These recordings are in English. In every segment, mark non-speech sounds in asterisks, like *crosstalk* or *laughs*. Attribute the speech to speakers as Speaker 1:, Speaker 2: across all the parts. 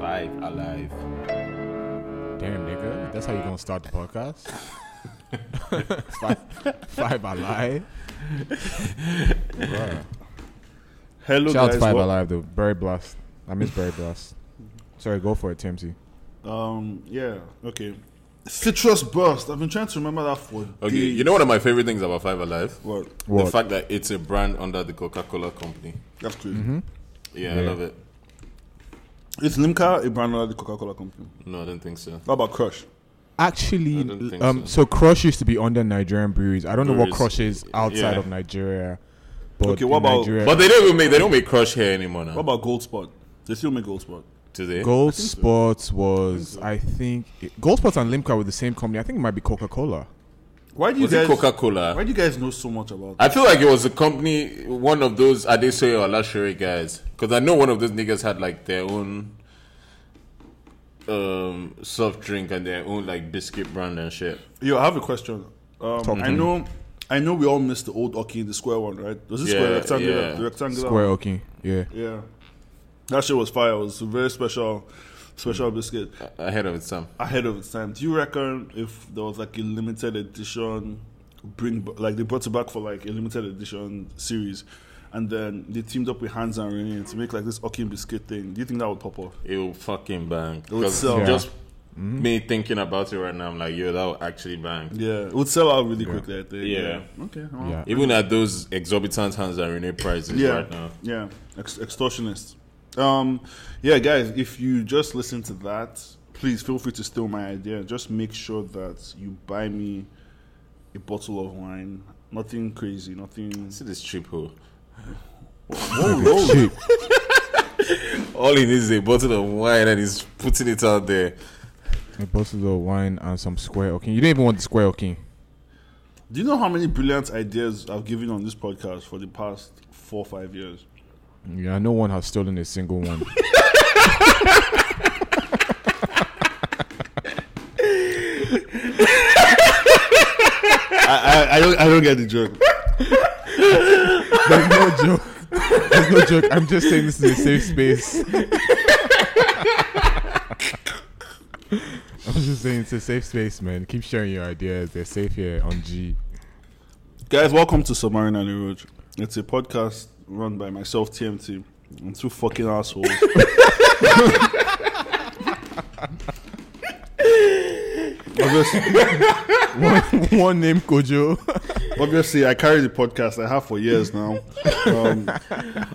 Speaker 1: alive, alive.
Speaker 2: Damn, nigga. That's how you going to start the *laughs* podcast? five, five Alive. Bruh.
Speaker 3: Hello,
Speaker 2: Shout out
Speaker 3: guys.
Speaker 2: to Five
Speaker 3: Wel-
Speaker 2: Alive, though. Very blessed. I miss Very blessed. Sorry, go for it, TMC.
Speaker 3: Um, yeah, okay. Citrus burst. I've been trying to remember that for
Speaker 1: Okay,
Speaker 3: days.
Speaker 1: you know one of my favorite things about Five Alive?
Speaker 3: What?
Speaker 1: The
Speaker 2: What?
Speaker 1: fact that it's a brand under the Coca Cola company.
Speaker 3: That's crazy.
Speaker 2: Mm-hmm.
Speaker 1: Yeah,
Speaker 2: Yeah.
Speaker 1: I love it.
Speaker 3: It's Limca, a brand under the Coca-Cola company.
Speaker 1: No, I don't think so.
Speaker 3: How about Crush?
Speaker 2: Actually,
Speaker 1: I don't think
Speaker 2: um,
Speaker 1: so.
Speaker 2: so. Crush used to be under Nigerian breweries. I don't know what
Speaker 1: Breweries.
Speaker 2: Crush is outside
Speaker 1: Yeah.
Speaker 2: of Nigeria. But
Speaker 3: Okay, what
Speaker 2: in
Speaker 3: about-
Speaker 2: Nigeria,
Speaker 1: But they don't even make they don't make crush here anymore now.
Speaker 3: What about Gold Spot? They still make Gold Spot.
Speaker 1: do they?
Speaker 2: Gold Sports was, I think, it- Gold Sports and Limca were the same company. I think it might be Coca Cola.
Speaker 3: Why do you
Speaker 1: Was
Speaker 3: guys?
Speaker 1: it Coca Cola?
Speaker 3: why do you guys know so much about?
Speaker 1: I feel like it was a company, one of those Adesoye or Luxury guys. Because I know one of those niggas had like their own um, soft drink and their own like biscuit brand and shit.
Speaker 3: Yo, I have a question. Um, I know, I know, we all missed the old Oki, the square one, right? Was it
Speaker 1: Yeah,
Speaker 3: square rectangular?
Speaker 1: yeah.
Speaker 3: The rectangular.
Speaker 2: Square
Speaker 3: one?
Speaker 2: Oki. Yeah.
Speaker 3: Yeah, that shit was fire. It was a very special, special biscuit
Speaker 1: I heard of it, Sam.
Speaker 3: ahead of its time. Do you reckon if there was like a limited edition, bring b- like they brought it back for like a limited edition series? And then they teamed up with Hans and Renee to make like this Oki biscuit thing. Do you think that would pop off?
Speaker 1: It will fucking bang.
Speaker 3: would Mm-hmm.
Speaker 1: 'Cause
Speaker 3: sell.
Speaker 1: Just me thinking about it right now, I'm like, yo, that will actually bang.
Speaker 3: Yeah, it would sell out really quickly. I think.
Speaker 1: Yeah.
Speaker 3: Okay. well,
Speaker 2: Yeah.
Speaker 1: Even at those exorbitant Hans and Renee prices
Speaker 3: yeah,
Speaker 1: right now.
Speaker 3: Yeah, Ex- extortionists. Um, yeah, guys, if you just listen to that, please feel free to steal my idea. Just make sure that you buy me a bottle of wine. Nothing crazy, nothing.
Speaker 1: See this cheap hoe. Oh,
Speaker 2: Cheap.
Speaker 1: All he needs is a bottle of wine and he's putting it out there.
Speaker 2: A bottle of wine and some Square Oki. You didn't even want the Square Oki.
Speaker 3: Do you know how many brilliant ideas I've given on this podcast for the past four or five years?
Speaker 2: Yeah, no one has stolen a single *laughs* one.
Speaker 3: I, I, I don't I don't get the joke.
Speaker 2: There's no joke. There's no joke. I'm just saying this is a safe space. *laughs* I'm just saying it's a safe space, man. Keep sharing your ideas. They're safe here on G.
Speaker 3: Guys, welcome to Submarine and the Road. It's a podcast run by myself, TMT, and two fucking assholes. obviously,
Speaker 2: *laughs* one name Kojo.
Speaker 3: obviously, I carry the podcast I have for years now. Um,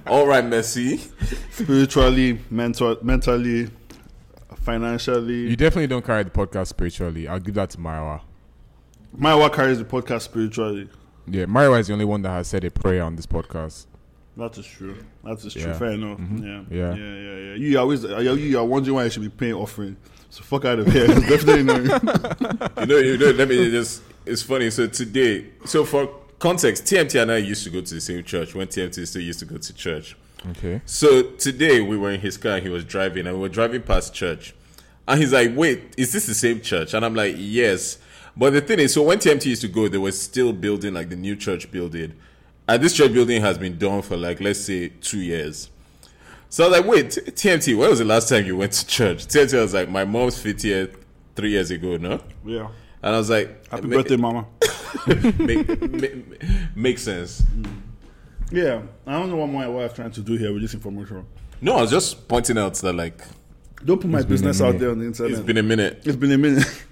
Speaker 1: *laughs* All right, Messi.
Speaker 3: spiritually, mental, mentally,
Speaker 2: *laughs*
Speaker 3: financially.
Speaker 2: you definitely don't carry the podcast spiritually. I'll give that to Marwa.
Speaker 3: My work carries the podcast spiritually.
Speaker 2: Yeah, Marwa is the only one that has said a prayer on this podcast.
Speaker 3: That is true. That is true.
Speaker 2: Yeah. Mm-hmm.
Speaker 3: Fair enough. Yeah.
Speaker 2: Yeah.
Speaker 3: Yeah. Yeah. Yeah. You always you you are wondering why you should be paying offering. So fuck out of here. *laughs* It's definitely not.
Speaker 2: *laughs*
Speaker 1: you know, you know. Let me just. It's funny. So today, so for context, TMT and I used to go to the same church when TMT still used to go to church.
Speaker 2: Okay.
Speaker 1: So today we were in his car. He was driving, and we were driving past church, and he's like, "Wait, is this the same church?" And I'm like, "Yes." But the thing is, so when TMT used to go, they were still building like the new church building, and this church building has been done for like let's say two years. So I was like, "Wait, TMT, when was the last time you went to church?" TMT was like, "My mom's 50th three years ago, no."
Speaker 3: yeah.
Speaker 1: And I was like,
Speaker 3: Happy
Speaker 1: "Ma-
Speaker 3: birthday, mama.
Speaker 1: *laughs* make, make, make sense.
Speaker 3: Yeah, I don't know what my wife trying to do here with this information.
Speaker 1: No, I was just pointing out that like
Speaker 3: Don't put my business
Speaker 2: a
Speaker 3: out
Speaker 2: minute.
Speaker 3: there on the internet.
Speaker 1: it's been a minute.
Speaker 3: a minute.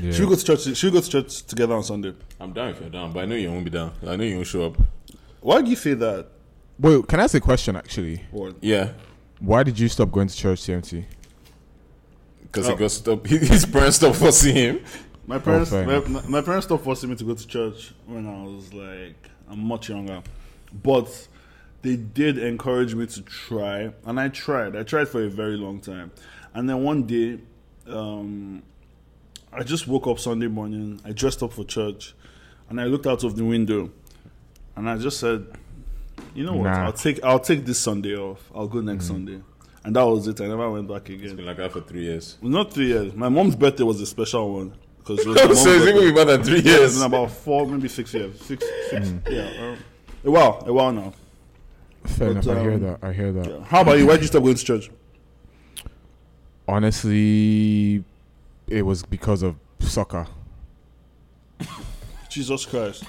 Speaker 2: Yeah.
Speaker 3: Should we go to church? Should we go to church together on Sunday?
Speaker 1: I'm down if you're down, but I know you won't be down. I know you won't show up.
Speaker 3: Why do you say that?
Speaker 2: Wait, can I ask a question actually?
Speaker 3: What?
Speaker 1: Yeah,
Speaker 2: Why did you stop going to church, TMT?
Speaker 1: because
Speaker 3: Oh.
Speaker 1: he got stopped. *laughs* His parents stopped forcing him.
Speaker 3: My parents,
Speaker 2: Oh, fair
Speaker 3: my,
Speaker 2: enough.
Speaker 3: my- my parents stopped forcing me to go to church when I was like I'm much younger, but they did encourage me to try, and I tried. I tried for a very long time, and then one day, um, I just woke up Sunday morning. I dressed up for church, and I looked out of the window, and I just said, "You know what?
Speaker 2: Nah. Mm-hmm.
Speaker 3: I'll take I'll take this Sunday off. I'll go next Sunday." And that was it. I never went back again.
Speaker 1: Been like that for three *laughs* years.
Speaker 3: Not three years. My mom's birthday was a special one
Speaker 1: *laughs*
Speaker 3: because it was my
Speaker 1: so it's
Speaker 3: mom's
Speaker 1: even
Speaker 3: birthday.
Speaker 1: been more than three
Speaker 3: It's
Speaker 1: years.
Speaker 3: been about four, maybe six years. Six, six.
Speaker 1: Mm.
Speaker 3: Yeah, um, a while, a while now.
Speaker 2: Fair
Speaker 3: But,
Speaker 2: enough. I hear
Speaker 3: um,
Speaker 2: that. I hear that.
Speaker 3: How about you? Why did you stop going to church?
Speaker 2: Honestly, it was because of soccer.
Speaker 3: Jesus Christ.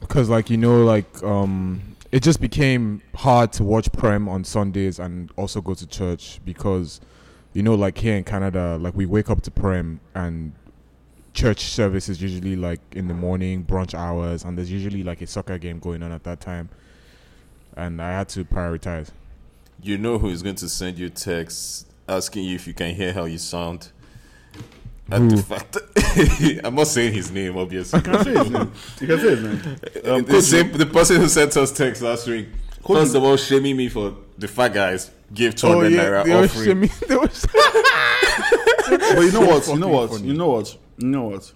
Speaker 2: Because like you know, like um, it just became hard to watch prem on Sundays and also go to church because, you know, like here in Canada, like we wake up to prem and church service is usually like in the morning brunch hours, and there's usually like a soccer game going on at that time, and I had to prioritize.
Speaker 1: You know who is going to send you texts asking you if you can hear how you sound. At the fact, *laughs* I'm not saying his name, obviously.
Speaker 3: You can say his name. You can say
Speaker 1: *laughs*
Speaker 3: his name. Um,
Speaker 1: the, same, the person who sent us text last week, first of all, shaming me for the fat guys, gave
Speaker 3: Oh,
Speaker 1: 200
Speaker 2: they
Speaker 1: naira
Speaker 2: were
Speaker 1: offering.
Speaker 3: *laughs*
Speaker 2: shimmy- they *laughs* were shimmy-
Speaker 3: but you know what? You know
Speaker 2: Fucking
Speaker 3: what?
Speaker 2: funny.
Speaker 3: You know what? You know what?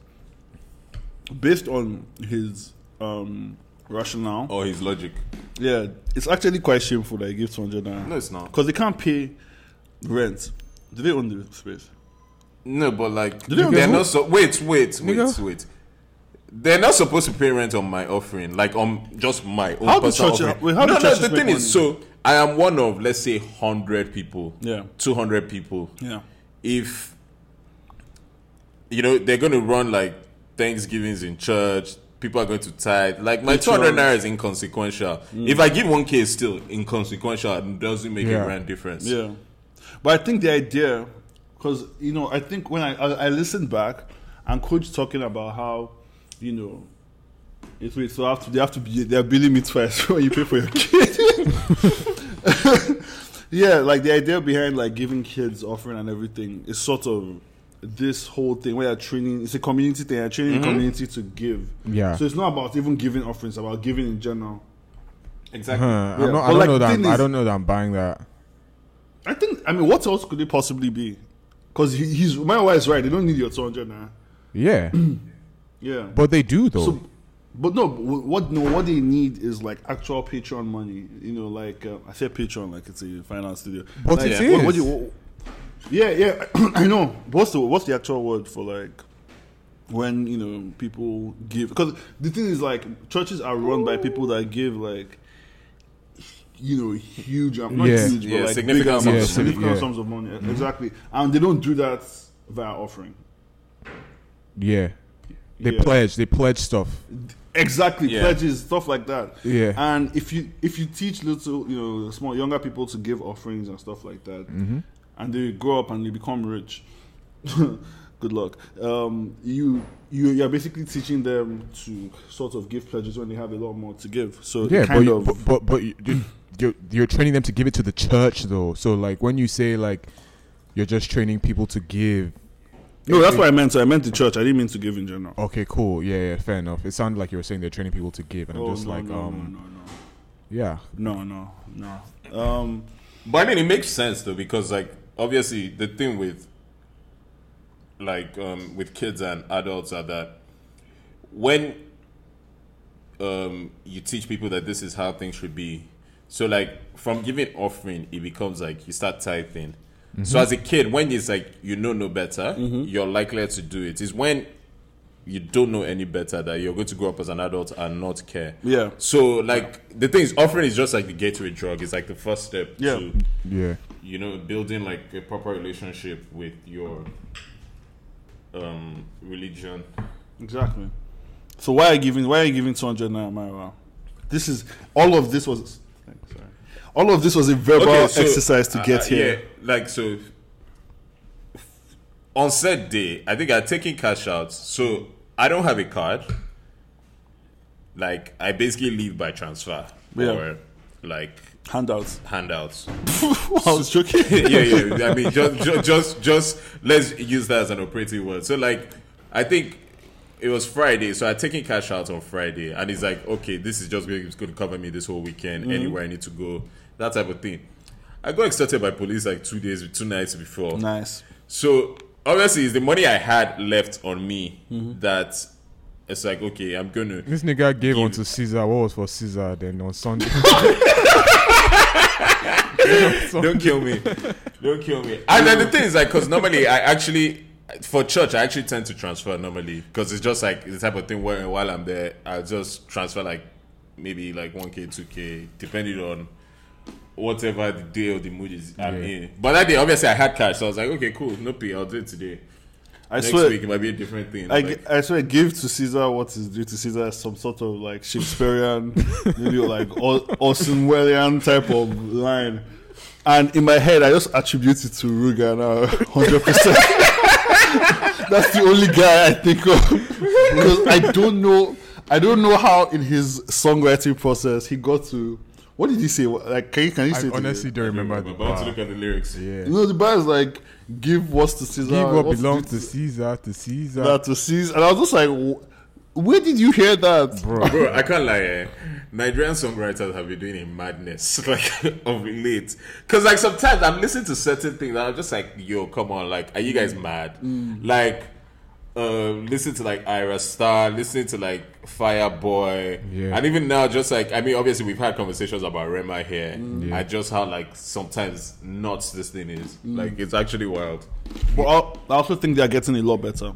Speaker 3: Based on his um, rationale,
Speaker 1: Oh, his logic.
Speaker 3: yeah, it's actually quite shameful that he gives 200 naira.
Speaker 1: No, it's not.
Speaker 3: Because they can't pay rent. Do they own the space?
Speaker 1: No, but like
Speaker 3: they
Speaker 1: they're
Speaker 2: own-
Speaker 1: not. So, wait, wait, wait,
Speaker 2: Nigga.
Speaker 1: wait. They're not supposed to pay rent on my offering, like on just my own
Speaker 3: How do
Speaker 1: personal
Speaker 3: churches-
Speaker 1: offering.
Speaker 3: wait, how
Speaker 1: no,
Speaker 3: do
Speaker 1: no.
Speaker 3: churches
Speaker 1: The
Speaker 3: make
Speaker 1: thing is,
Speaker 3: money?
Speaker 1: so I am one of let's say hundred people,
Speaker 3: Yeah.
Speaker 1: two hundred people.
Speaker 3: Yeah.
Speaker 1: If you know they're going to run like Thanksgivings in church, people are going to tithe. Like my two hundred
Speaker 3: Rituals. Mm.
Speaker 1: naira is inconsequential. If I give one k, it's still inconsequential. It doesn't make
Speaker 2: Yeah.
Speaker 1: a rand difference.
Speaker 3: Yeah, but I think the idea, because you know, I think when I, I I listened back, and Coach talking about how, you know, it's wait, so have to, they have to be they're billing me twice *laughs* when you pay for your kid. *laughs* yeah, like the idea behind like giving kids offering and everything is sort of this whole thing where you're training. It's a community thing. You're training the community to give.
Speaker 2: Yeah.
Speaker 3: So it's not about even giving offerings. it's About giving in general.
Speaker 1: exactly.
Speaker 2: Huh,
Speaker 3: Yeah,
Speaker 2: Uh, I'm not,
Speaker 3: but
Speaker 2: I don't
Speaker 3: like,
Speaker 2: know that. I'm,
Speaker 3: thing
Speaker 2: I
Speaker 3: is-
Speaker 2: don't know that I'm buying that.
Speaker 3: I think. I mean, what else could it possibly be? Because he, he's my wife's right. They don't need your two hundred now. *clears throat*
Speaker 2: Yeah,
Speaker 3: Yeah.
Speaker 2: but they do though.
Speaker 3: so, but no. but What no? What they need is like actual Patreon money. You know, like uh, I said, Patreon, like it's a finance studio.
Speaker 2: But
Speaker 3: like,
Speaker 1: it
Speaker 3: what- What,
Speaker 2: is.
Speaker 3: do you, what- yeah, yeah. *clears throat* I know. What's the What's the actual word for like? When you know people give, because the thing is like churches are run by people that give like, you know, huge, am- not
Speaker 2: Yeah.
Speaker 3: huge, but
Speaker 1: Yeah,
Speaker 3: like
Speaker 1: significant amounts
Speaker 3: big
Speaker 2: of
Speaker 3: amounts,
Speaker 2: money.
Speaker 3: significant
Speaker 2: Yeah.
Speaker 3: sums of money, exactly, and they don't do that via offering.
Speaker 2: yeah, they
Speaker 3: Yeah.
Speaker 2: pledge. They pledge stuff.
Speaker 3: exactly
Speaker 1: Yeah.
Speaker 3: pledges stuff like that
Speaker 2: Yeah.
Speaker 3: and if you if you teach little you know small younger people to give offerings and stuff like that
Speaker 2: Mm-hmm.
Speaker 3: and they grow up and they become rich *laughs* good luck um you you you're basically teaching them to sort of give pledges when they have a lot more to give so
Speaker 2: Yeah,
Speaker 3: yeah kind
Speaker 2: but, you,
Speaker 3: of
Speaker 2: but but but you, you- you're, you're training them to give it to the church though. So like when you say like you're just training people to give.
Speaker 3: no that's what i meant so i meant the church i didn't mean to give in general
Speaker 2: Okay, cool. Yeah, yeah, fair enough. It sounded like you were saying they're training people to give, and I'm just
Speaker 3: Oh, no,
Speaker 2: like,
Speaker 3: no,
Speaker 2: um,
Speaker 3: no,
Speaker 2: yeah,
Speaker 3: no no no no um
Speaker 1: But I mean, it makes sense though because like obviously the thing with like um, with kids and adults are that when um, you teach people that this is how things should be, so like from giving offering, it becomes like you start tithing. So as a kid, when it's like you know no better, you're likely to do it. It's when you don't know any better that you're going to grow up as an adult and not care.
Speaker 3: Yeah.
Speaker 1: So like the thing is, offering is just like the gateway drug. It's like the first step
Speaker 3: Yeah.
Speaker 1: to
Speaker 2: yeah,
Speaker 1: you know building like a proper relationship with your um religion
Speaker 3: Exactly. So why are you giving why are you giving 200 naira Myra? This is all of this was sorry. all of this was a verbal
Speaker 1: so,
Speaker 3: exercise to
Speaker 1: uh,
Speaker 3: get
Speaker 1: uh,
Speaker 3: here.
Speaker 1: yeah, like so on said day i think i taking cash out so i don't have a card like i basically live by transfer
Speaker 3: Yeah.
Speaker 1: or like *laughs*
Speaker 3: Handouts. *laughs*
Speaker 1: handouts
Speaker 3: I was joking.
Speaker 1: *laughs* yeah, yeah. I mean, just, just, just, just let's use that as an operative word. So, like, I think it was Friday, so I taking cash out on Friday, and it's like, okay, this is just going, it's going to cover me this whole weekend. Anywhere I need to go, that type of thing. I got extorted by police like two days, two nights before.
Speaker 3: Nice.
Speaker 1: So obviously, it's the money I had left on me that it's like, okay, I'm going to.
Speaker 2: this nigga gave one to Caesar. What was for Caesar then on
Speaker 3: *laughs*
Speaker 2: Sunday?
Speaker 1: don't kill me. *laughs* Don't kill me. And then the thing is, like, because normally I actually, for church, I actually tend to transfer normally because it's just like the type of thing where while I'm there, I just transfer like maybe like 1K, 2K, depending on whatever the day or the mood is I'm
Speaker 2: Yeah.
Speaker 1: in. But that day, obviously, I had cash, so I was like, okay, cool, no pay, I'll do it today.
Speaker 3: I
Speaker 1: Next
Speaker 3: swear,
Speaker 1: week it might be a different thing.
Speaker 3: I,
Speaker 1: Like,
Speaker 3: gi- I swear, give to Caesar what is due to Caesar is some sort of like Shakespearean, *laughs* maybe like Au- Orwellian type of line. And in my head, I just attribute it to Ruger now, *laughs* 100%. That's the only guy I think of. Because I don't know, I don't know how in his songwriting process he got to. What did he say? Like, can you, can you say
Speaker 2: I
Speaker 3: it again?
Speaker 2: honestly don't
Speaker 1: I'm
Speaker 2: remember. the
Speaker 1: about
Speaker 2: bar.
Speaker 1: to look at the lyrics.
Speaker 2: yeah.
Speaker 3: You know, the bar is like, give what's to Caesar.
Speaker 2: Give what
Speaker 3: what's
Speaker 2: belongs
Speaker 3: due
Speaker 2: to Caesar to Caesar.
Speaker 3: that to seize. And I was just like, "Wh- where did you hear that?
Speaker 2: bro.
Speaker 1: Bro, I can't lie. Eh? Nigerian songwriters have been doing a madness *laughs* like of late. Cause like sometimes I'm listening to certain things and I'm just like, yo, come on, like, are you guys mad? Like, uh, listen to like Ira Star, listening to like Fireboy,
Speaker 2: Yeah.
Speaker 1: and even now, just like I mean, obviously we've had conversations about Rema here, and just how like sometimes nuts this thing is. Like, it's actually wild.
Speaker 3: But I I also think they're getting a lot better.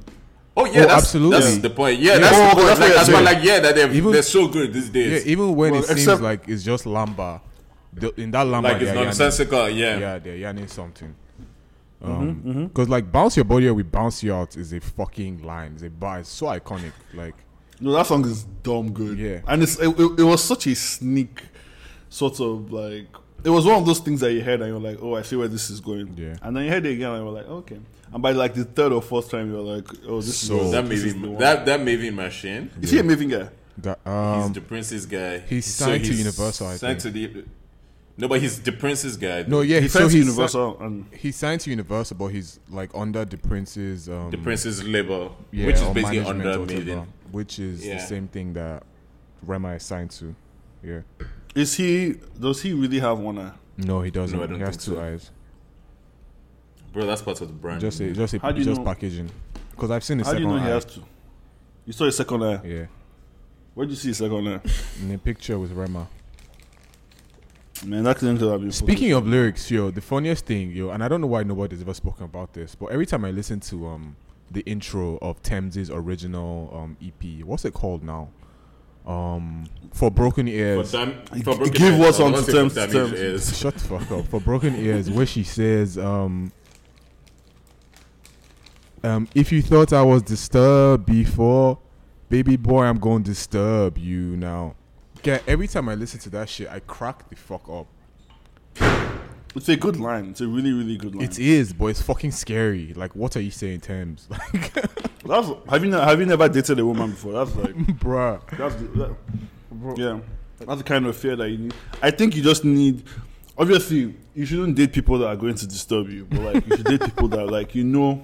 Speaker 1: Oh yeah, that's,
Speaker 2: absolutely.
Speaker 1: That's the point. Yeah, that's
Speaker 3: Oh,
Speaker 1: the point.
Speaker 3: that's what
Speaker 1: like,
Speaker 3: I
Speaker 1: that's why,
Speaker 3: said.
Speaker 1: like, yeah, that they're,
Speaker 2: Even-
Speaker 1: they're so good these
Speaker 2: Yeah,
Speaker 1: days.
Speaker 2: even when
Speaker 3: Well,
Speaker 2: it seems
Speaker 3: except-
Speaker 2: like it's just lamba, the, in that lamba,
Speaker 1: like it's
Speaker 2: they're
Speaker 1: nonsensical.
Speaker 2: Yanning, yeah, they're yanning something. Because um, 'cause, like bounce your body or we bounce you out is a fucking line. It's a bar. It's so iconic. Like
Speaker 3: No, that song is dumb good.
Speaker 2: Yeah.
Speaker 3: And it's, it, it, it was such a sneak sort of like, it was one of those things that you heard and you're like, oh, I see where this is going.
Speaker 2: Yeah.
Speaker 3: And then you heard it again and you were like, okay. And by like the third or fourth time, you're like, oh, this
Speaker 2: So-
Speaker 3: is
Speaker 1: that
Speaker 3: this is the
Speaker 1: Maven,
Speaker 3: one.
Speaker 1: that that Maven machine.
Speaker 3: Is he a Maven guy?
Speaker 2: that.
Speaker 1: He's
Speaker 2: Um,
Speaker 1: the prince's guy.
Speaker 2: he's signed to Universal, I
Speaker 1: signed to the. No, but he's the prince's guy.
Speaker 2: no, yeah.
Speaker 3: He
Speaker 2: He, so
Speaker 3: signs
Speaker 2: he's
Speaker 3: Universal and
Speaker 2: si- he's signed to Universal, but he's like under the prince's. Um,
Speaker 1: the prince's labor,
Speaker 2: yeah,
Speaker 1: which is
Speaker 2: or
Speaker 1: basically
Speaker 2: management
Speaker 1: under
Speaker 2: or whatever,
Speaker 1: Maven.
Speaker 2: which is the
Speaker 1: Yeah.
Speaker 2: same thing that Rema is signed to. Yeah.
Speaker 3: is he? Does he really have one eye?
Speaker 2: No, he doesn't.
Speaker 1: I don't
Speaker 2: he has
Speaker 1: think
Speaker 2: two
Speaker 1: so.
Speaker 2: eyes.
Speaker 1: Bro, that's part of the brand.
Speaker 2: Just a, just a,
Speaker 3: How do you
Speaker 2: just
Speaker 3: know-
Speaker 2: packaging. Because I've seen the
Speaker 3: How do
Speaker 2: second
Speaker 3: you know
Speaker 2: eye.
Speaker 3: he has two? You saw his second eye.
Speaker 2: yeah.
Speaker 3: Where would you see his second eye?
Speaker 2: In the picture with Rema.
Speaker 3: Man, that claim to have been
Speaker 2: Speaking of lyrics, yo, the funniest thing, yo, and I don't know why nobody's ever spoken about this, but every time I listen to um the intro of Thames's original um EP, what's it called now? Um, for broken
Speaker 1: For
Speaker 2: ears.
Speaker 1: them,
Speaker 3: G-
Speaker 1: for broken
Speaker 3: give
Speaker 1: heads,
Speaker 3: what's
Speaker 1: um, I
Speaker 3: on
Speaker 1: don't
Speaker 3: to
Speaker 1: think
Speaker 3: terms,
Speaker 1: damage
Speaker 3: terms.
Speaker 2: *laughs*
Speaker 1: is.
Speaker 2: Shut the fuck up. For broken ears, where she says, um, um, if you thought I was disturbed before, baby boy, I'm gonna disturb you now. Okay, every time I listen to that shit, I crack the fuck up.
Speaker 3: It's a good line. It's a really, really good line.
Speaker 2: It is, but it's e- fucking scary. Like, what are you saying, Thames? *laughs* Like,
Speaker 3: That's, have you ne- have you never dated a woman before? That's like
Speaker 2: bruh.
Speaker 3: that's the, that, yeah. That's the kind of fear that you need. I think you just need. Obviously, you shouldn't date people that are going to disturb you, but like you should date people that like you know,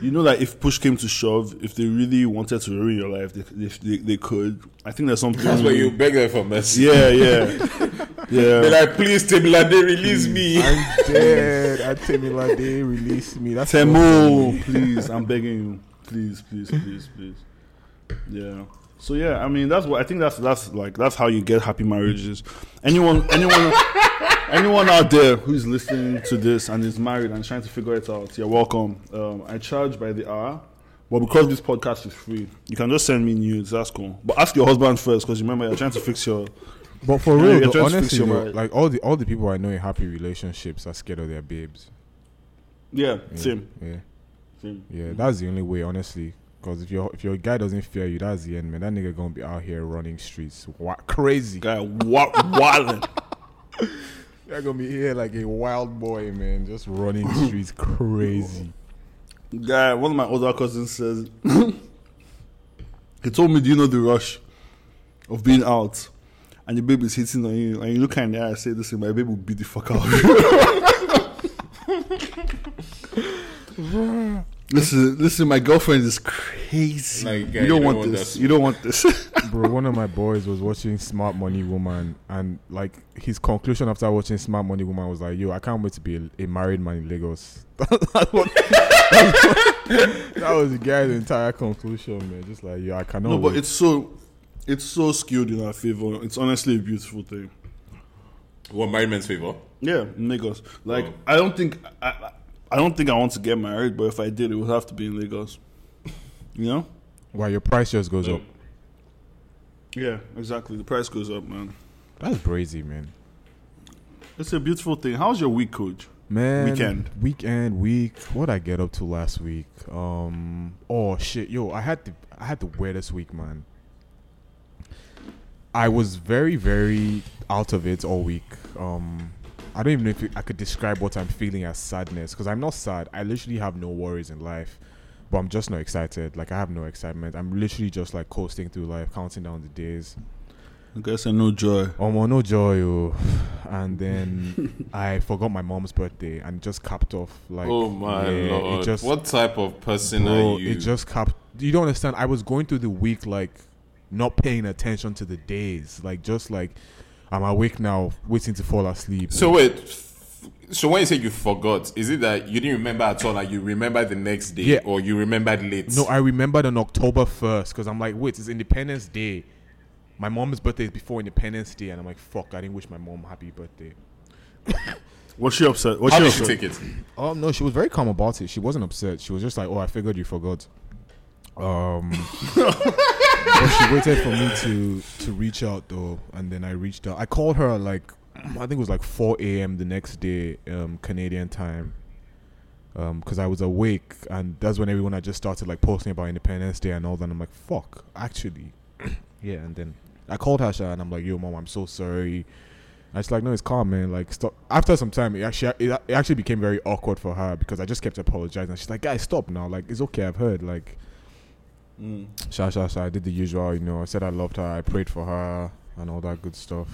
Speaker 3: you know that if push came to shove, if they really wanted to ruin your life, they they, they, they could. I think there's something.
Speaker 1: That's why you beg them for mercy.
Speaker 3: Yeah, yeah,
Speaker 1: They're
Speaker 3: yeah.
Speaker 1: like, please, Timila, they release me.
Speaker 2: I'm dead. I tell me like they release me. That's
Speaker 3: Temu, please, I'm begging you, please, please, please, please. Yeah. So yeah, I mean that's what I think that's that's like that's how you get happy marriages. Anyone, anyone, anyone out there who's listening to this and is married and trying to figure it out, you're welcome. Um, I charge by the hour, but because this podcast is free, you can just send me nudes. That's cool. But ask your husband first, because remember you're trying to fix your.
Speaker 2: But for
Speaker 3: Yeah,
Speaker 2: real,
Speaker 3: you're
Speaker 2: though,
Speaker 3: trying to fix
Speaker 2: honestly,
Speaker 3: your
Speaker 2: though,
Speaker 3: marriage.
Speaker 2: like all the all the people I know in happy relationships are scared of their babes.
Speaker 3: Yeah,
Speaker 2: Yeah,
Speaker 3: same,
Speaker 2: Yeah,
Speaker 3: same.
Speaker 2: yeah. That's the only way, honestly. Because if your if your guy doesn't fear you, that's the end, man. That nigga gonna be out here running streets, what crazy.
Speaker 3: Guy, wa- wilding.
Speaker 2: You're gonna be here like a wild boy, man, just *laughs* running streets, crazy.
Speaker 3: guy, one of my older cousins says, *laughs* he told me, do you know the rush of being out? And the baby's hitting on you, and you look her in the eye and say, listen, my baby will beat the fuck out of you. *laughs* listen, listen, my girlfriend is crazy.
Speaker 1: Like, guy,
Speaker 3: you, don't want this.
Speaker 1: that.
Speaker 3: You don't want this. *laughs*
Speaker 2: Bro, one of my boys was watching Smart Money Woman, and like his conclusion after watching Smart Money Woman was like, "Yo, I can't wait to be a, a married man in Lagos." *laughs* That's what- that was the guy's entire conclusion, man. Just like, yo, I cannot.
Speaker 3: no, but
Speaker 2: wait."
Speaker 3: it's so, it's so skewed in our favor. It's honestly a beautiful thing.
Speaker 1: What, married men's favor?
Speaker 3: Yeah, in Lagos. Like
Speaker 1: Oh.
Speaker 3: I don't think I, I- I don't think I want to get married, but if I did, it would have to be in Lagos. You know?
Speaker 2: why your price just goes up.
Speaker 3: Yeah, exactly. The price goes up, man.
Speaker 2: That's crazy, man.
Speaker 3: It's a beautiful thing. How's your week, coach?
Speaker 2: Man,
Speaker 3: Weekend.
Speaker 2: weekend, week. What I get up to last week? Um, oh shit, yo, I had the I had the weirdest week, man. I was very, very out of it all week. Um, I don't even know if I could describe what I'm feeling as sadness because I'm not sad. I literally have no worries in life, but I'm just not excited. Like I have no excitement. I'm literally just like coasting through life, counting down the days.
Speaker 3: I guess I no joy.
Speaker 2: Omo, no joy, oh. and then *laughs* I forgot my mom's birthday and just capped off like.
Speaker 1: oh my
Speaker 2: yeah,
Speaker 1: lord!
Speaker 2: It just,
Speaker 1: what type of person
Speaker 2: bro,
Speaker 1: are you?
Speaker 2: It just capped. You don't understand. I was going through the week like not paying attention to the days, like just like I'm awake now, waiting to fall asleep.
Speaker 1: so wait. f- So when you say you forgot, is it that you didn't remember at all, like you remember the next day,
Speaker 2: Yeah.
Speaker 1: or you remembered late?
Speaker 2: No, I remembered on October 1st because I'm like, wait, it's Independence Day. My mom's birthday is before Independence Day, and I'm like, fuck, I didn't wish my mom happy birthday.
Speaker 3: What's she upset? What's
Speaker 1: how
Speaker 3: she
Speaker 1: did you
Speaker 3: upset?
Speaker 1: take it?
Speaker 2: Oh no, she was very calm about it. She wasn't upset. She was just like, "Oh, I figured you forgot." Um, but she waited for me to to reach out though, and then I reached out. I called her like I think it was like 4 a.m. the next day, um, Canadian time, because I was awake, and that's when everyone had just started like posting about Independence Day and all that. And I'm like, "Fuck, actually, *clears throat* yeah." And then I called her, Sha, and I'm like, "Yo, mom, I'm so sorry." I just like, no, it's calm, man. Like, stop. After some time, it actually it, it actually became very awkward for her because I just kept apologizing. She's like, guys, stop now. Like, it's okay. I've heard. Like,
Speaker 3: Mm.
Speaker 2: sha sha sha. I did the usual, you know. I said I loved her. I prayed for her and all that good stuff.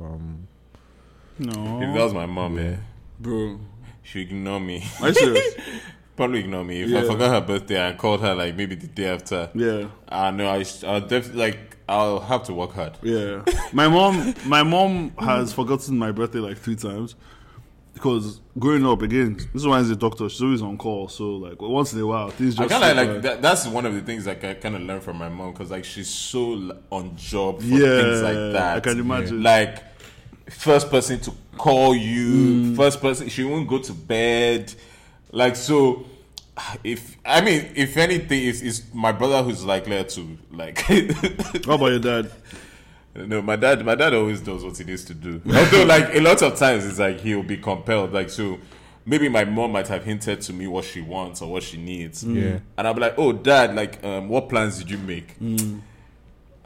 Speaker 2: Um,
Speaker 1: If that
Speaker 3: No,
Speaker 1: was my mom, eh,
Speaker 3: bro.
Speaker 1: she would ignore me. *laughs*
Speaker 3: Are you *laughs* serious?
Speaker 1: Probably ignore me. If I
Speaker 3: Yeah.
Speaker 1: forgot her birthday and called her like maybe the day after,
Speaker 3: yeah,
Speaker 1: I know I sh- I'll def- like I'll have to work hard.
Speaker 3: yeah. My mom, my mom has forgotten my birthday like three times because growing up again, this one is a doctor. She's always on call, so like once in a while things
Speaker 1: I
Speaker 3: just.
Speaker 1: kind of
Speaker 3: slip
Speaker 1: like,
Speaker 3: by.
Speaker 1: that, that's one of the things like I kind of learned from my mom because like she's so like, on job for
Speaker 3: Yeah,
Speaker 1: things like that.
Speaker 3: I can imagine.
Speaker 1: Like first person to call
Speaker 3: Mm.
Speaker 1: you, first person she won't go to bed. Like so, if I mean if anything, it's, it's my brother who's likely to like. *laughs*
Speaker 3: How about your dad?
Speaker 1: no, my dad. My dad always does what he needs to
Speaker 3: *laughs*
Speaker 1: do. Although like a lot of times it's like he'll be compelled. Like so. Maybe my mom might have hinted to me what she wants or what she needs.
Speaker 3: Mm.
Speaker 2: yeah.
Speaker 1: And I'll be like, oh, dad, like, um, what plans did you make?
Speaker 3: Hmm.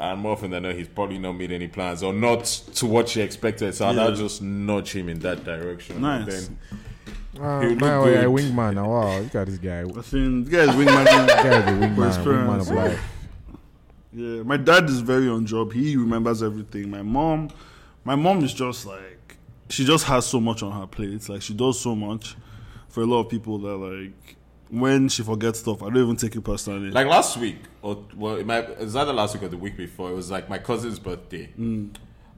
Speaker 1: And more often than not, he's probably not made any plans or not to what she expected. So
Speaker 3: Yeah.
Speaker 1: I'll just nudge him in that direction.
Speaker 3: Nice.
Speaker 1: Then
Speaker 3: Mm.
Speaker 2: Uh,
Speaker 1: He would
Speaker 2: by
Speaker 1: look
Speaker 2: the way, I
Speaker 1: good.
Speaker 2: wingman. Now, wow, look at this
Speaker 3: *laughs*
Speaker 2: guy.
Speaker 3: I
Speaker 2: This
Speaker 3: think you guys wing my man.
Speaker 2: guy is a
Speaker 3: For his
Speaker 2: wingman. Wingman
Speaker 3: parents.
Speaker 2: of life.
Speaker 3: *laughs* Yeah, my dad is very on job. He remembers everything. My mom, my mom is just like she just has so much on her plate. Like she does so much for a lot of people that like when she forgets stuff, I don't even take it personally.
Speaker 1: like last week, or well, it might, it was either last week or the week before, it was like my cousin's birthday.
Speaker 3: Hmm.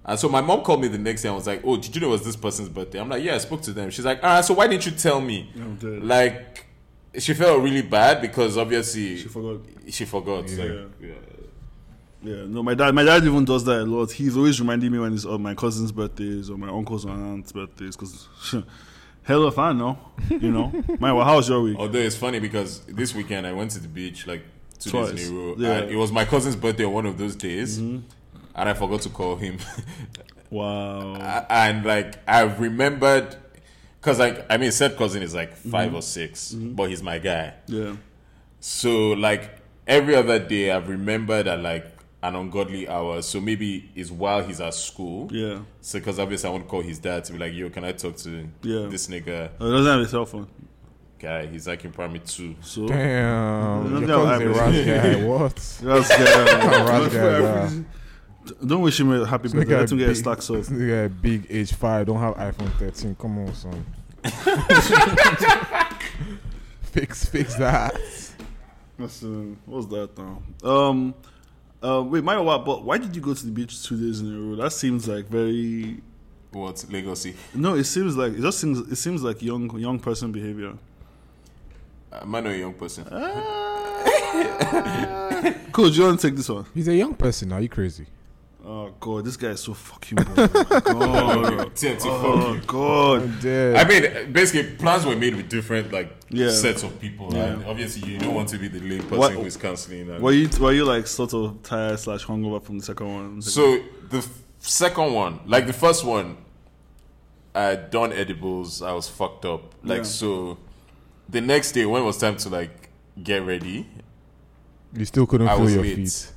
Speaker 1: And so my mom called me the next day and was like, oh, did you know it was this person's birthday? I'm like, yeah, I spoke to them. She's like, ah, so why didn't you tell me?
Speaker 3: I'm dead.
Speaker 1: Like, she felt really bad because obviously
Speaker 3: she
Speaker 1: she,
Speaker 3: forgot.
Speaker 1: forgot. Like, yeah.
Speaker 3: Yeah, no, my dad. My dad even does that a lot. He's always reminding me when it's on my cousin's birthdays or my uncle's or aunt's birthdays because. *laughs* Hell if I know, you know. *laughs* Man, well, how was your week?
Speaker 1: Although it's funny because this weekend I went to the beach like two
Speaker 3: Twice.
Speaker 1: days in a row.
Speaker 3: Yeah. Mm-hmm.
Speaker 1: And it was my cousin's birthday on one of those days. And I forgot to call him. *laughs*
Speaker 3: Wow.
Speaker 1: A- and like I remembered because like I mean said cousin is like
Speaker 3: Mm-hmm.
Speaker 1: 5 or 6 but he's my guy.
Speaker 3: Yeah.
Speaker 1: So like every other day I've remembered at like an ungodly hour. So maybe it's while he's at school.
Speaker 3: Yeah.
Speaker 1: So because obviously I want to call his dad to be like, yo, can I talk to
Speaker 3: Yeah.
Speaker 1: this nigga
Speaker 3: Oh, he doesn't have a cell phone.
Speaker 1: guy? He's like in primary two.
Speaker 3: So.
Speaker 2: Damn.
Speaker 3: Look
Speaker 2: Your
Speaker 3: how
Speaker 2: cousin's a
Speaker 3: happy-
Speaker 2: rat guy.
Speaker 3: *laughs*
Speaker 2: What?
Speaker 3: That's yeah.
Speaker 2: Rat guy. yeah.
Speaker 3: Don't wish him a happy birthday.
Speaker 2: guy
Speaker 3: Let him get his
Speaker 2: big.
Speaker 3: stacks
Speaker 2: *laughs*
Speaker 3: up.
Speaker 2: This nigga got big age five, don't have iPhone 13. Come on, *laughs* son. fix, fix that.
Speaker 3: Listen, what's that now? Um, uh, wait, my what? But why did you go to the beach two days in a row? That seems like very.
Speaker 1: What Legacy?
Speaker 3: No, it seems like it just seems it seems like young young person behavior.
Speaker 1: I'm not uh, a young person.
Speaker 3: Cool, do you want to take this one?
Speaker 2: He's a young person now. You crazy?
Speaker 3: Oh god, this guy is so fucking. Bold. God.
Speaker 1: TNT, fuck
Speaker 3: *laughs* Oh
Speaker 1: you.
Speaker 3: god.
Speaker 1: I
Speaker 2: Yeah.
Speaker 1: mean, basically, plans were made with different like
Speaker 3: Yeah.
Speaker 1: sets of people, and obviously, you don't want to be the lame person
Speaker 3: What-
Speaker 1: who is canceling. And
Speaker 3: Were you were you like sort of tired slash hungover from the second one?
Speaker 1: so the f- second one, like the first one, I had done edibles. I was fucked up. Like
Speaker 3: Yeah.
Speaker 1: so, the next day when it was time to like get ready,
Speaker 2: You still couldn't
Speaker 1: I
Speaker 2: feel
Speaker 1: was
Speaker 2: your
Speaker 1: late.
Speaker 2: feet.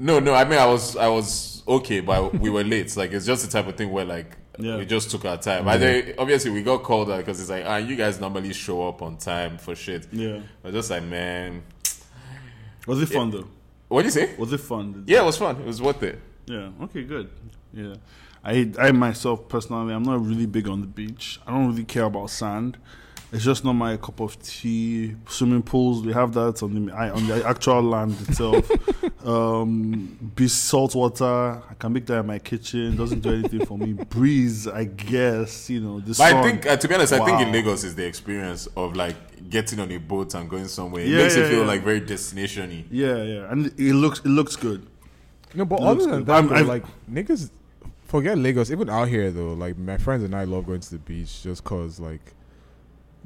Speaker 1: No, no. I mean, I was, I was okay, but we were late. Like it's just the type of thing where like
Speaker 3: Yeah.
Speaker 1: we just took our time. And then obviously we got called out because it's like, ah, you guys normally show up on time for shit.
Speaker 3: Yeah.
Speaker 1: I was just like, man,
Speaker 3: Was it fun though?
Speaker 1: what do you say?
Speaker 3: Was it fun?
Speaker 1: Yeah, it was fun. It was worth it.
Speaker 3: Yeah. Okay. Good. Yeah. I I myself personally, I'm not really big on the beach. I don't really care about sand. It's just not my cup of tea. Swimming pools, we have that on the I- on the actual land itself.
Speaker 2: *laughs*
Speaker 3: um, be salt water. I can make that in my kitchen. Doesn't do anything for me. Breeze, I guess. You know the
Speaker 1: But I
Speaker 3: sun.
Speaker 1: think, uh, to be honest, I think in
Speaker 3: Wow.
Speaker 1: Lagos is the experience of like getting on a boat and going somewhere. It
Speaker 3: Yeah,
Speaker 1: makes
Speaker 3: yeah,
Speaker 1: it feel
Speaker 3: yeah.
Speaker 1: like very destinationy.
Speaker 3: Yeah, yeah, and it looks it looks good.
Speaker 2: No, but
Speaker 3: looks
Speaker 2: other than
Speaker 3: good.
Speaker 2: that,
Speaker 3: I'm-
Speaker 2: though,
Speaker 3: I've-
Speaker 2: like niggas, forget Lagos. Even out here though, like my friends and I love going to the beach just cause like,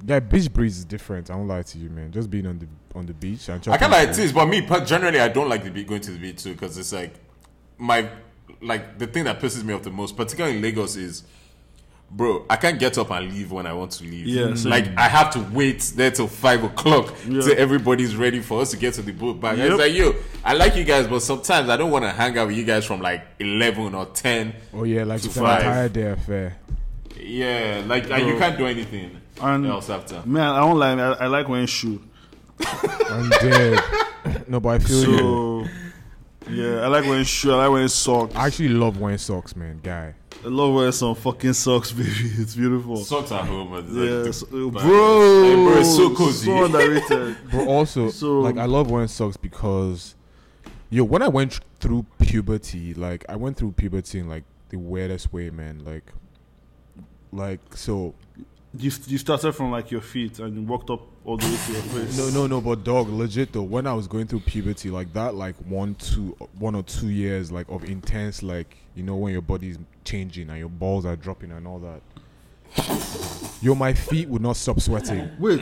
Speaker 2: yeah, beach breeze is different. I won't lie to you, man. Just being on the on the beach and
Speaker 1: I
Speaker 2: chopping
Speaker 1: can like
Speaker 2: food.
Speaker 1: it is, but me per- generally I don't like the beach, going to the beach too because it's like my like the thing that pisses me off the most, particularly in Lagos, is bro, I can't get up and leave when I want to leave. Mm.
Speaker 3: Yeah, same.
Speaker 1: like I have to wait there till five o'clock
Speaker 3: Yeah.
Speaker 1: till everybody's ready for us to get to the boat back.
Speaker 3: Yep.
Speaker 1: It's like yo, I like you guys, but sometimes I don't want to hang out with you guys from like eleven or ten.
Speaker 2: Oh yeah, like
Speaker 1: to
Speaker 2: it's an
Speaker 1: five.
Speaker 2: entire day affair.
Speaker 1: Yeah, like and you can't do anything
Speaker 3: And-
Speaker 1: else after.
Speaker 3: Man, I don't like. I, I like wearing shoe.
Speaker 2: I'm dead.
Speaker 3: *laughs*
Speaker 2: no, but I feel you.
Speaker 3: So yeah, I like wearing shoe. I like wearing socks.
Speaker 2: I actually love wearing socks, man, guy.
Speaker 3: I love wearing some fucking socks, *laughs* baby. It's beautiful.
Speaker 1: Socks at home, it's like
Speaker 3: yeah,
Speaker 1: the-
Speaker 3: so- bro,
Speaker 1: like, bro, it's so cozy.
Speaker 3: So underrated. *laughs*
Speaker 2: But also,
Speaker 3: So-
Speaker 2: like, I love wearing socks because, yo, when I went tr- through puberty, like, I went through puberty in like the weirdest way, man. Like, like so.
Speaker 3: you you started from like your feet and you walked up all the way to your face.
Speaker 2: No, no, no. But dog, legit though, when I was going through puberty, like that, like one, two, one or two years, like of intense, like you know, when your body's changing and your balls are dropping and all that. Yo, my feet would not stop sweating.
Speaker 3: Wait,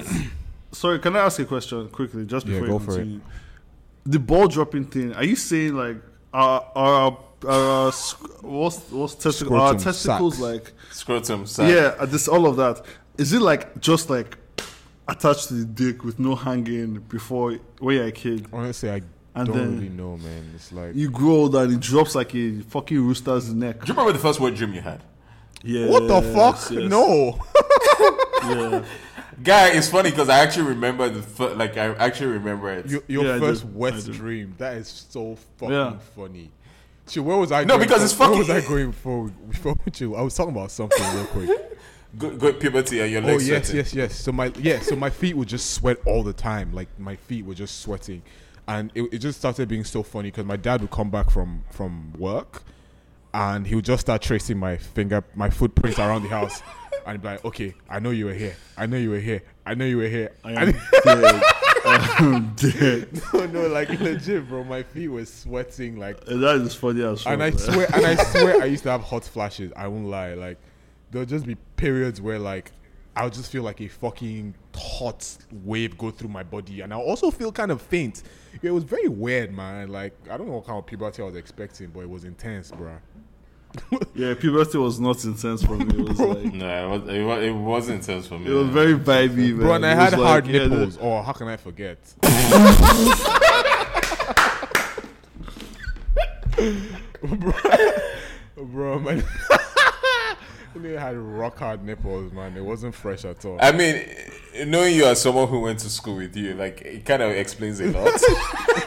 Speaker 3: sorry. Can I ask a question quickly, just
Speaker 2: Yeah,
Speaker 3: before
Speaker 2: go
Speaker 3: you
Speaker 2: for it.
Speaker 3: continue? The ball dropping thing. Are you saying like our our, our sc- what's what's testicle, our
Speaker 2: Scrotum,
Speaker 3: testicles
Speaker 2: sacs.
Speaker 3: like?
Speaker 1: Scrotum, sack.
Speaker 3: Yeah, uh, this all of that. Is it like just like attached to the dick with no hanging before when you're a kid?
Speaker 2: Honestly, I
Speaker 3: And
Speaker 2: don't
Speaker 3: then-
Speaker 2: really know, man. It's like
Speaker 3: You grow older and it drops like a fucking rooster's neck.
Speaker 1: Do
Speaker 3: *laughs*
Speaker 1: you remember the first word dream you had?
Speaker 3: Yeah.
Speaker 2: what the fuck? No.
Speaker 3: Yeah.
Speaker 1: Guy, it's funny because I actually remember the fir- like I actually remember
Speaker 2: *laughs*
Speaker 1: it.
Speaker 2: your your
Speaker 3: Yeah, I do.
Speaker 2: first
Speaker 3: I
Speaker 2: West
Speaker 3: do.
Speaker 2: dream. That is so fucking
Speaker 3: Yeah.
Speaker 2: funny. Chill, where was I?
Speaker 1: No,
Speaker 2: going
Speaker 1: because it's
Speaker 2: for-
Speaker 1: fucking-
Speaker 2: Where was I going for? Before chill, I was talking about something real quick.
Speaker 1: good, good puberty and your
Speaker 2: Oh
Speaker 1: legs.
Speaker 2: yes,
Speaker 1: sweating.
Speaker 2: yes, yes. So my yeah, so my feet would just sweat all the time. Like my feet were just sweating, and it, it just started being so funny because my dad would come back from from work, and he would just start tracing my finger, my footprints around the house, and he'd be like, "Okay, I know you were here. I know you were here. I know you were here."
Speaker 3: I
Speaker 2: And-
Speaker 3: am dead. I *laughs* am dead.
Speaker 2: no, *laughs* no, like legit, bro. My feet were sweating like
Speaker 3: That is funny as
Speaker 4: Oh,
Speaker 3: fuck.
Speaker 2: and I
Speaker 3: man.
Speaker 2: swear, and I swear, I used to have hot flashes. I won't lie. Like there'll just be periods where like I'll just feel like a fucking hot wave go through my body, and I'll also feel kind of faint. Yeah, It was very weird, man. Like I don't know what kind of puberty I was expecting, but it was intense, bruh.
Speaker 3: Yeah, puberty was not intense for me. It was like
Speaker 1: No, it, was, it, was, it wasn't intense for me.
Speaker 3: it was very vibey, man.
Speaker 2: Bro, and I
Speaker 3: It
Speaker 2: had
Speaker 3: was
Speaker 2: hard
Speaker 3: like, yeah,
Speaker 2: nipples. Oh, how can I
Speaker 3: *laughs*
Speaker 2: forget? bro, bro, man. *laughs* I had rock hard nipples, man. It wasn't fresh at all.
Speaker 1: I mean, knowing you as someone who went to school with you, like it kind of explains a
Speaker 3: *laughs*
Speaker 1: lot.
Speaker 2: Fuck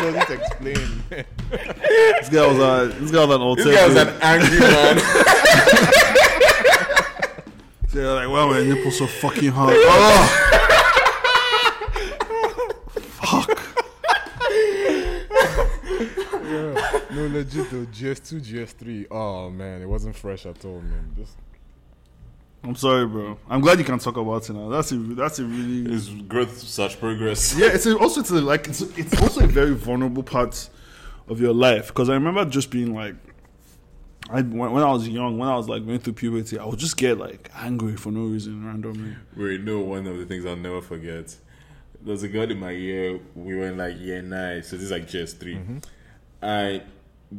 Speaker 2: does it explain?
Speaker 3: This guy was a, this guy was an
Speaker 1: this guy was
Speaker 3: alternative.
Speaker 1: an angry man.
Speaker 3: *laughs* They're like, why were your nipples so fucking hard? Oh!
Speaker 2: *laughs* no, legit though. GS2, GS3. Oh man, it wasn't fresh at all, man. Just
Speaker 3: I'm sorry, bro. I'm glad you can talk about it now. That's a that's a really
Speaker 1: Is growth such progress?
Speaker 3: yeah. It's a, also it's a, like it's it's also a very vulnerable part of your life because I remember just being like, I when, when I was young, when I was like going through puberty, I would just get like angry for no reason randomly.
Speaker 1: Wait, no, one of the things I'll never forget. There was a girl in my year, we were in like year nine, so
Speaker 3: Mm-hmm.
Speaker 1: this is like just 3 I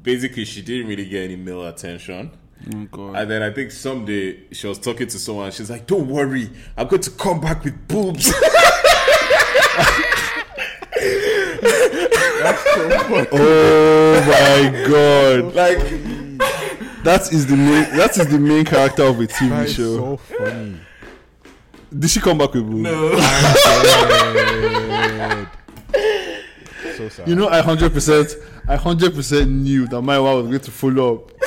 Speaker 1: basically she didn't really get any male attention.
Speaker 3: Oh, God.
Speaker 1: And then I think someday she was talking to someone. She's like, "Don't worry, I'm going to come back with boobs." *laughs*
Speaker 4: Oh my god.
Speaker 2: *laughs*
Speaker 1: like,
Speaker 4: That is the main that is the main character of a TV
Speaker 2: That is
Speaker 4: show.
Speaker 2: so funny.
Speaker 4: Did she come back with boobs?
Speaker 2: so
Speaker 3: *laughs*
Speaker 2: sad.
Speaker 4: You know I hundred percent I hundred percent knew that my wife was going to follow up *laughs*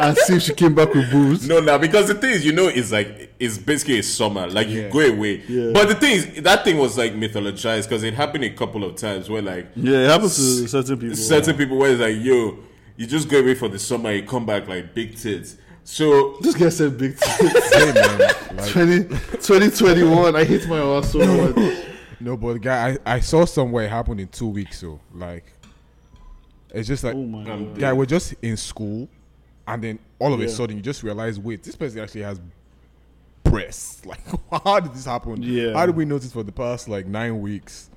Speaker 4: and see if she came back with boobs.
Speaker 1: no, no, because the thing is, you know, it's like it's basically a summer. Like you
Speaker 2: Yeah.
Speaker 1: go away.
Speaker 4: Yeah.
Speaker 1: But the thing is, that thing was like mythologized because it happened a couple of times where like
Speaker 3: yeah, it happens to certain people.
Speaker 1: certain people where it's like, "Yo, you just go away for the summer, you come back like big tits." So
Speaker 4: This guy said big *laughs* tits.
Speaker 2: Hey, man, like-
Speaker 4: 20, 2021, I hate my wife so
Speaker 3: *laughs*
Speaker 4: much.
Speaker 2: No, but guy, I, I saw somewhere it happened in two weeks. So like, it's just like,
Speaker 3: Oh my
Speaker 1: I'm
Speaker 3: god.
Speaker 1: dead.
Speaker 2: guy, we're just in school, and then all of
Speaker 3: Yeah.
Speaker 2: a sudden you just realize, wait, this person actually has breasts. *laughs* Like, how did this happen?
Speaker 3: Yeah.
Speaker 2: How did we notice for the past like nine weeks?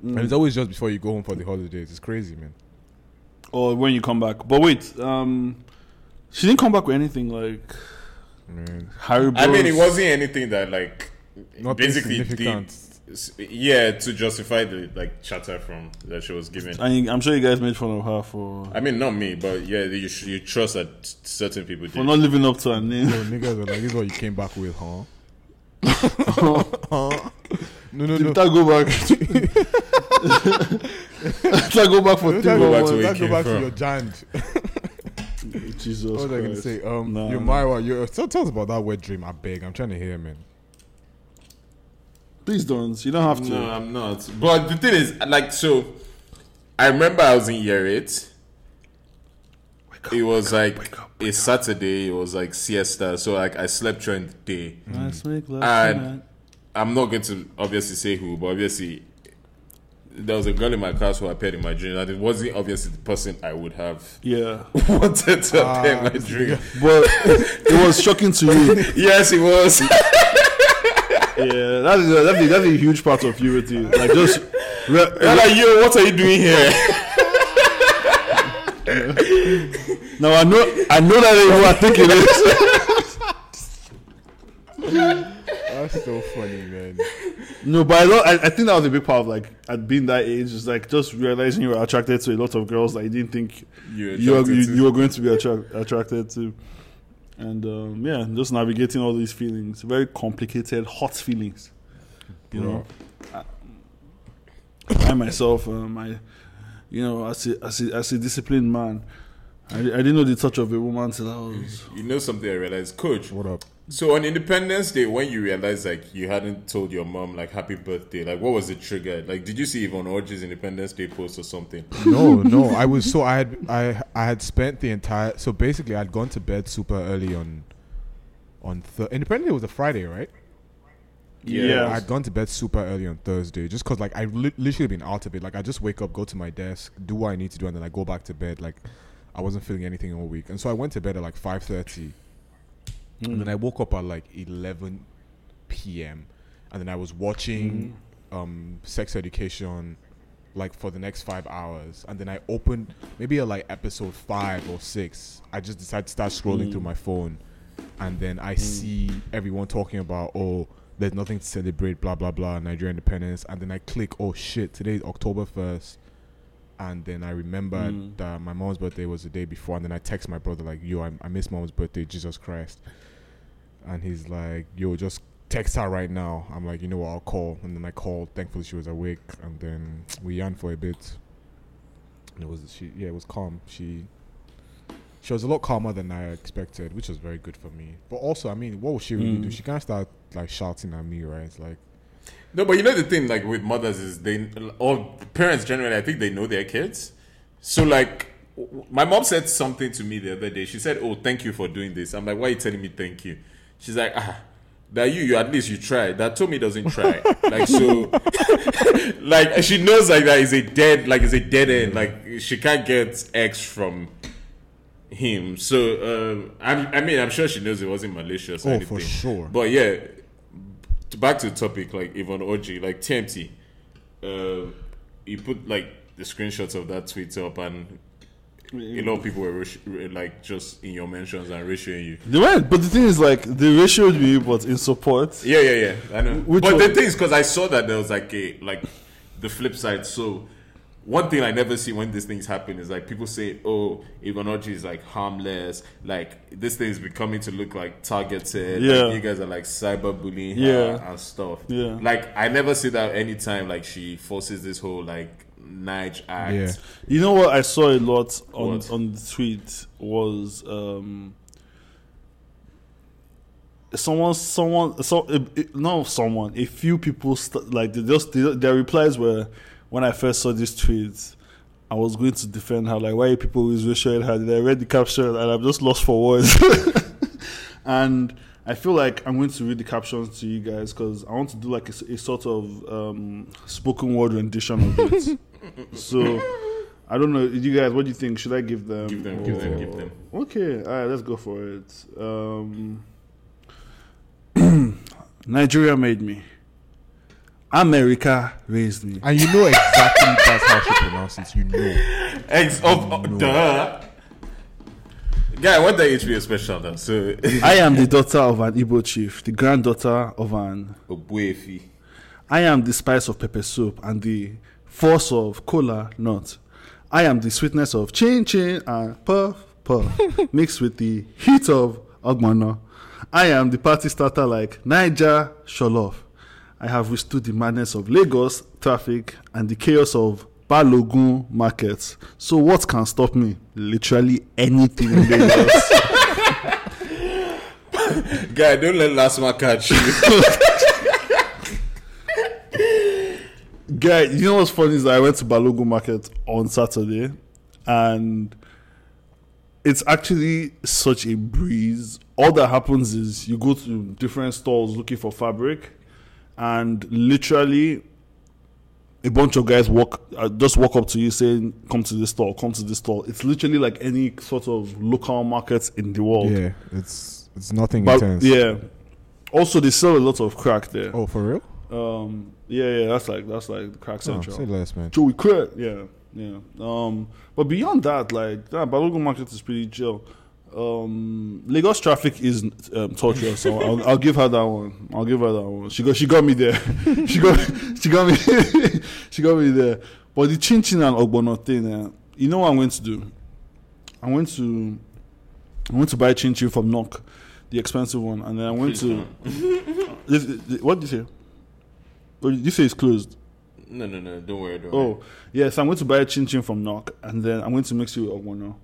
Speaker 2: And
Speaker 3: Mm.
Speaker 2: it's always just before you go home for the holidays. It's crazy, man.
Speaker 3: Or when you come back. But wait, um, she didn't come back with anything like
Speaker 2: Man,
Speaker 3: Harry.
Speaker 1: I mean, it wasn't anything that like
Speaker 2: Not
Speaker 1: basically
Speaker 2: significant.
Speaker 1: did- yeah, to justify the like chatter from that she was giving.
Speaker 3: And I'm sure you guys made fun of her for
Speaker 1: I mean, not me, but yeah, you sh- you trust that certain people
Speaker 3: for
Speaker 1: did.
Speaker 3: not living up to her name. *laughs*
Speaker 2: Yo, niggas are like, this is what you came back with, huh? *laughs* Huh? No, no, no.
Speaker 4: Did that go back?
Speaker 1: *laughs*
Speaker 3: *laughs*
Speaker 4: Did that go back for
Speaker 2: Don't go
Speaker 4: three
Speaker 1: go
Speaker 4: more
Speaker 2: back,
Speaker 1: back to
Speaker 2: to, go
Speaker 1: where you came
Speaker 2: back to
Speaker 1: from.
Speaker 2: your jand.
Speaker 3: Jesus
Speaker 2: What was I gonna
Speaker 3: Christ.
Speaker 2: say? Um,
Speaker 3: No,
Speaker 2: your
Speaker 3: no.
Speaker 2: Myra, your tell, tell us about that wet dream. I beg, I'm trying to hear, man.
Speaker 3: Please don't. You don't have to.
Speaker 1: No, I'm not. But the thing is, like, so I remember I was in year eight. It was like a Saturday. It was like siesta, so like I slept during the day.
Speaker 3: Let's make love
Speaker 1: And-
Speaker 3: tonight.
Speaker 1: I'm not going to obviously say who, but obviously there was a girl in my class who appeared in my dream, and it wasn't obviously the person I would have *laughs*
Speaker 3: Yeah.
Speaker 1: wanted to appear in my
Speaker 3: Ah,
Speaker 2: this
Speaker 3: *laughs*
Speaker 1: dream.
Speaker 4: But it was shocking to you.
Speaker 1: Yes, it was. *laughs*
Speaker 3: Yeah, that is a, that's, a, that's a huge part of puberty. Like just re-
Speaker 1: And like, yo, what are you doing here?
Speaker 3: now, I know I know that you are thinking this.
Speaker 2: That's so funny, man.
Speaker 3: No, but I, don't, I I think that was a big part of like at being that age is like just realizing you were attracted to a lot of girls that you didn't think
Speaker 1: You
Speaker 3: you were,
Speaker 1: attracted
Speaker 3: you,
Speaker 1: to-
Speaker 3: you were going to be attract, attracted to, and um, yeah, just navigating all these feelings, very complicated, hot feelings. You know, I myself, um, I, you know, as a, as a, as a disciplined man, I, I didn't know the touch of a woman till I was.
Speaker 1: You know something I realized, Coach.
Speaker 2: What up?
Speaker 1: So on Independence Day, when you realized like you hadn't told your mom like Happy Birthday, like what was the trigger? Like, did you see Yvonne Orji's Independence Day post or something?
Speaker 2: No, no. I was so I had I I had spent the entire so basically I'd gone to bed super early on on th- Independence Day was a Friday, right?
Speaker 1: Yeah.
Speaker 2: I'd gone to bed super early on Thursday just because, like, I li- literally been out of it. Like, I just wake up, go to my desk, do what I need to do, and then I go back to bed. Like, I wasn't feeling anything all week, and so I went to bed at like five thirty, and then I woke up at like eleven p.m. and then I was watching um, Sex Education like for the next five hours, and then I opened maybe at like episode five or six. I just decided to start scrolling through my phone, and then I see everyone talking about oh, there's nothing to celebrate, blah blah blah, Nigerian independence, and then I click oh shit, today is October first, and then I remembered that my mom's birthday was the day before, and then I text my brother like yo, I, I miss mom's birthday, Jesus Christ, and he's like yo, just text her right now. I'm like you know what, I'll call, and then I called. Thankfully she was awake, and then we yarned for a bit. And it was she yeah, it was calm. She she was a lot calmer than I expected, which was very good for me. But also, I mean, what will she really
Speaker 3: Mm.
Speaker 2: do? She can't start like shouting at me, right? It's like
Speaker 1: No, but you know the thing like with mothers is they or parents generally, I think they know their kids. So like, w- w- my mom said something to me the other day. She said, "Oh, thank you for doing this." I'm like, "Why are you telling me thank you?" She's like, "Ah." That you, you at least you try. That Tommy doesn't
Speaker 2: *laughs*
Speaker 1: try. like so, *laughs* like she knows like that is a dead, like is a dead end. Like she can't get X from him. So um, I'm, I mean, I'm sure she knows it wasn't malicious. or
Speaker 2: Oh,
Speaker 1: anything.
Speaker 2: for sure.
Speaker 1: But yeah, to- back to the topic, like Yvonne Orji, like TMT, Um, uh, you put like the screenshots of that tweet up, and a
Speaker 3: Mm.
Speaker 1: lot of people were ratio- re- like just in your mentions and ratioing you.
Speaker 3: They went, but the thing is, like, they ratioed me, but in support.
Speaker 1: Yeah, yeah, yeah. I know.
Speaker 3: Which
Speaker 1: but
Speaker 3: one?
Speaker 1: the thing is, because I saw that there was like a like the flip side. So one thing I never see when these things happen is like people say, "Oh, Ivanucci is like harmless. Like this thing is becoming to look like targeted. like,
Speaker 3: Yeah.
Speaker 1: you guys are like cyberbullying her
Speaker 3: Yeah.
Speaker 1: and stuff.
Speaker 3: Yeah.
Speaker 1: like I never see that anytime like she forces this whole like Nige act.
Speaker 2: Yeah.
Speaker 3: You know what I saw a lot on
Speaker 1: What?
Speaker 3: on the tweet was um someone someone so it, it, no someone a few people st- like they just they, their replies were when I first saw this tweet I was going to defend her like why are people always racial her I read the caption and I'm just lost for words and I feel like I'm going to read the captions to you guys because I want to do like a, s- a sort of um, spoken word rendition of it. so I don't know, you guys, what do you think? Should I give them?
Speaker 1: Give them, give them,
Speaker 3: or-
Speaker 1: give them.
Speaker 3: Okay, all right, let's go for it. Um, Nigeria made me. America raised me.
Speaker 2: And you know exactly that's how she pronounces. You
Speaker 3: *laughs*
Speaker 2: know.
Speaker 1: Ex of
Speaker 2: No.
Speaker 1: oh, duh. Guy, what the HBO special though? So *laughs*
Speaker 3: I am the daughter of an Igbo chief, the granddaughter of an
Speaker 1: Obuefi.
Speaker 3: I am the spice of pepper soup and the force of cola nut. I am the sweetness of chin chin and puff puff mixed with the heat of ogbono. I am the party starter like Niger Sholof. I have withstood the madness of Lagos traffic and the chaos of Balogun markets. So what can stop me? Literally anything in Lagos.
Speaker 1: Guy, don't let last one catch you. *laughs*
Speaker 3: Guy, you know what's funny is that I went to Balogun Market on Saturday, and it's actually such a breeze. All that happens is you go to different stores looking for fabric, and literally a bunch of guys walk uh, just walk up to you saying, "Come to this store, come to this store." It's literally like any sort of local market in the world.
Speaker 2: Yeah, it's it's nothing
Speaker 3: But-
Speaker 2: intense.
Speaker 3: yeah. Also, they sell a lot of crack there.
Speaker 2: Oh, for real?
Speaker 3: Um, yeah, yeah, that's like that's like crack
Speaker 2: Oh,
Speaker 3: central.
Speaker 2: say less, man.
Speaker 3: Joey Craig. Yeah, yeah. Um, but beyond that, like that Balogun market is pretty chill. Um, Lagos traffic is um, torturous. So I'll, I'll give her that one. I'll give her that one. She got she got me there. *laughs* she got she got me *laughs* she got me there. But the chin chin and ogbono thing, eh, you know what I'm going to do? I'm going to I went to buy chin chin from Knock, the expensive one, and then I went to This- this- what did you say? Oh, you say it's closed.
Speaker 1: No, no, no. Don't worry. Don't worry.
Speaker 3: Oh, yes, I'm going to buy a chin chin from Knock and then I'm going to mix it with Ogbono.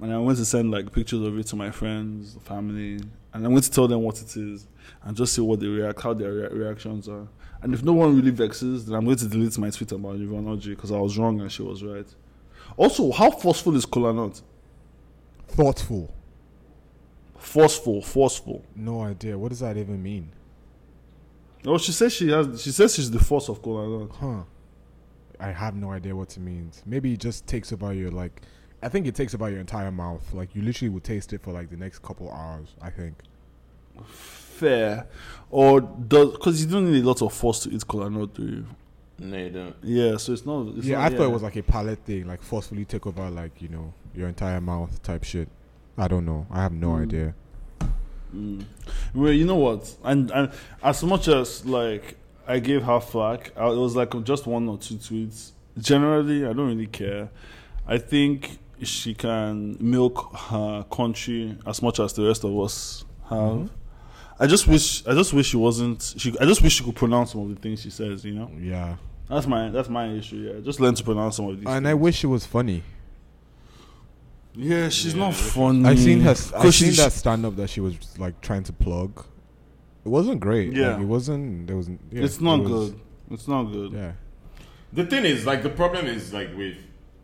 Speaker 3: And I'm going to send like pictures of it to my friends, family, and I'm going to tell them what it is and just see what they react, how their rea- reactions are. And if no one really vexes, then I'm going to delete my tweet about Yvonne because I was wrong and she was right. Also, how forceful is Kola Nut?
Speaker 2: Thoughtful.
Speaker 3: Forceful, forceful.
Speaker 2: No idea. What does that even mean?
Speaker 3: Oh, she says she has. She says she's the force of Kola Nut.
Speaker 2: Huh. I have no idea what it means. Maybe it just takes over your like. I think it takes about your entire mouth. Like you literally will taste it for like the next couple hours. I think.
Speaker 3: Fair, or does because you don't need a lot of force to eat Kola Nut, do you?
Speaker 1: No, you don't.
Speaker 3: Yeah, so it's not. It's
Speaker 2: yeah,
Speaker 3: not,
Speaker 2: I thought it was like a palate thing, like forcefully take over like you know your entire mouth type shit. I don't know. I have no
Speaker 3: Mm.
Speaker 2: idea.
Speaker 3: Mm. Well, you know what? And and as much as like I gave her flack, I, it was like just one or two tweets. Generally, I don't really care. I think she can milk her country as much as the rest of us have.
Speaker 2: Mm-hmm.
Speaker 3: I just wish I just wish she wasn't. She I just wish she could pronounce some of the things she says. You know,
Speaker 2: Yeah.
Speaker 3: that's my that's my issue. Yeah, just learn to pronounce some of these.
Speaker 2: And
Speaker 3: things.
Speaker 2: I wish it was funny.
Speaker 3: yeah, she's
Speaker 1: Yeah.
Speaker 3: not funny.
Speaker 2: I've seen her. I've
Speaker 3: Hmm. Cause
Speaker 2: seen
Speaker 3: she's-
Speaker 2: that stand up that she was like trying to plug. It wasn't great.
Speaker 3: Yeah.
Speaker 2: Like, it wasn't. There was. Yeah,
Speaker 3: it's not
Speaker 2: it was-
Speaker 3: good. It's not good.
Speaker 2: Yeah.
Speaker 1: The thing is, like, the problem is, like, with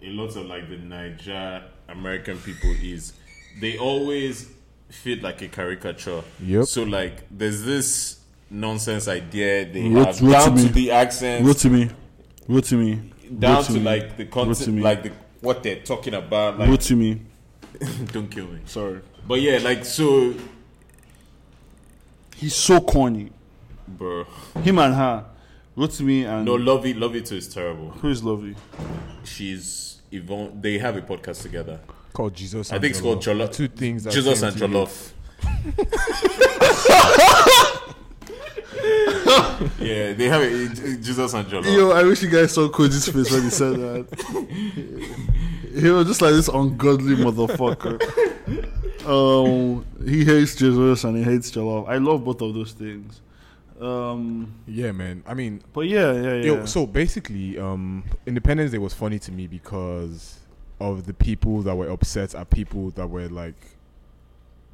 Speaker 1: a lot of like the Niger American people is they always fit like a caricature.
Speaker 2: Yep.
Speaker 1: So like, there's this nonsense idea they
Speaker 3: Wrote-
Speaker 1: have
Speaker 3: wrote to
Speaker 1: down to,
Speaker 3: me.
Speaker 1: the accents,
Speaker 3: Wrote to me. Wrote to me.
Speaker 1: down
Speaker 3: Wrote
Speaker 1: to,
Speaker 3: me.
Speaker 1: like the
Speaker 3: Wrote to
Speaker 1: content,
Speaker 3: me.
Speaker 1: like the what they're talking about.
Speaker 3: Wrote
Speaker 1: Like,
Speaker 3: to me.
Speaker 1: don't kill me.
Speaker 3: Sorry.
Speaker 1: But yeah, like, so,
Speaker 3: He's so corny.
Speaker 1: bro,
Speaker 3: Him and her. Wrote to me and
Speaker 1: no, love it, love it too is terrible.
Speaker 3: who is lovely?
Speaker 1: She's Yvonne. They have a podcast together.
Speaker 2: Called Jesus.
Speaker 1: I
Speaker 2: and
Speaker 1: think it's called Jollof.
Speaker 2: Two things. That
Speaker 1: Jesus
Speaker 2: came
Speaker 1: and
Speaker 2: to you.
Speaker 1: Jollof. yeah, they have a, Jesus and Jollof.
Speaker 4: Yo, I wish you guys saw Koji's face when he said that. he was just like this ungodly motherfucker. Um, he hates Jesus and he hates Jalal. I love both of those things. Um,
Speaker 2: Yeah, man. I mean,
Speaker 4: but yeah, yeah, yeah.
Speaker 2: Yo, so basically, um, Independence Day was funny to me because of the people that were upset are people that were like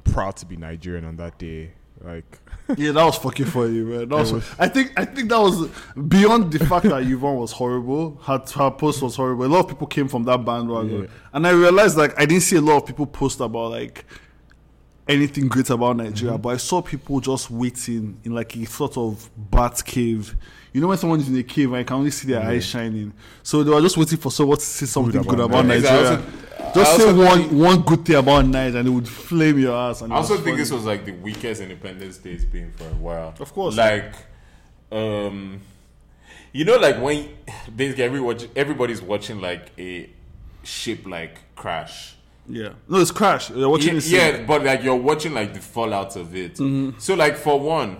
Speaker 2: proud to be Nigerian on that day. Like,
Speaker 4: yeah, that was fucking funny, man. That was, I think I think that was beyond the fact that Yvonne was horrible. Her, her post was horrible. A lot of people came from that bandwagon,
Speaker 2: Yeah.
Speaker 4: and I realized like I didn't see a lot of people post about like anything great about Nigeria, but I saw people just waiting in like a sort of bat cave. You know when someone's in a cave and I can only see their eyes shining, so they were just waiting for someone to say something
Speaker 2: about
Speaker 4: good about,
Speaker 1: Nigeria.
Speaker 4: Nigeria.
Speaker 1: Exactly. I also-
Speaker 4: just
Speaker 1: I
Speaker 4: say
Speaker 1: also
Speaker 4: one one good thing about Nigeria, and it would flame your ass. And it
Speaker 1: I also
Speaker 4: was
Speaker 1: think this
Speaker 4: funny.
Speaker 1: was like the weakest Independence Day it's been for a while.
Speaker 4: Of course.
Speaker 1: Like, um, you know, like when basically every watch, everybody's watching like a ship like crash.
Speaker 4: yeah. No, it's Crash. They're watching
Speaker 1: Ye-
Speaker 4: this.
Speaker 1: yeah, but like you're watching like the fallout of it.
Speaker 4: Mm-hmm.
Speaker 1: So like for one,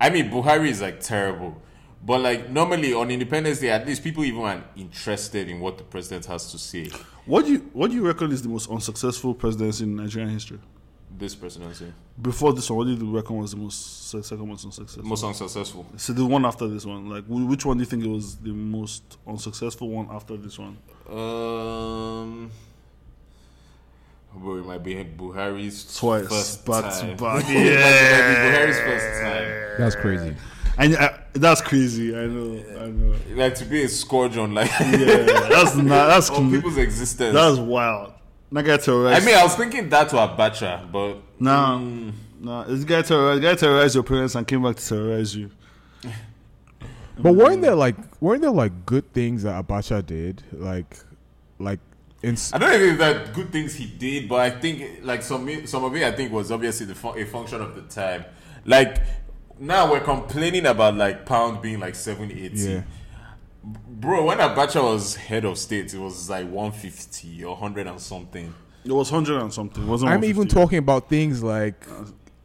Speaker 1: I mean Buhari is like terrible. But like normally on Independence Day, at least people even are interested in what the president has to say.
Speaker 4: What do you what do you reckon is the most unsuccessful presidency in Nigerian history?
Speaker 1: This presidency
Speaker 4: Before this one, what do you reckon was the most se- second most unsuccessful?
Speaker 1: most unsuccessful.
Speaker 4: so the one after this one, like wh- which one do you think it was the most unsuccessful one after this one?
Speaker 1: Um, bro, it might be Buhari's
Speaker 4: Twice,
Speaker 1: first
Speaker 4: back
Speaker 1: time.
Speaker 4: to back.
Speaker 1: *laughs* It might be
Speaker 4: yeah,
Speaker 1: Buhari's first time.
Speaker 2: that's crazy.
Speaker 4: and I, that's crazy. I know, I know.
Speaker 1: Like to be a scourge on like *laughs*
Speaker 4: Yeah, that's not that's
Speaker 1: on
Speaker 4: cr-
Speaker 1: people's existence.
Speaker 4: that's wild. That guy
Speaker 1: I
Speaker 4: terrorized.
Speaker 1: mean, mm. I was thinking that to Abacha, but
Speaker 4: nah, nah. This guy terrorized. Guy terrorized your parents and came back to terrorize you.
Speaker 2: But weren't there like weren't there like good things that Abacha did? Like, like in
Speaker 1: I don't know if that good things he did, but I think like some some of it I think was obviously the fu- a function of the time. Like now we're complaining about like pound being like seven eighty.
Speaker 2: yeah,
Speaker 1: Bro, when Abacha was head of state, it was like one fifty or hundred and something.
Speaker 4: It was hundred and something. It wasn't
Speaker 2: I'm even
Speaker 4: 150.
Speaker 2: talking about things like,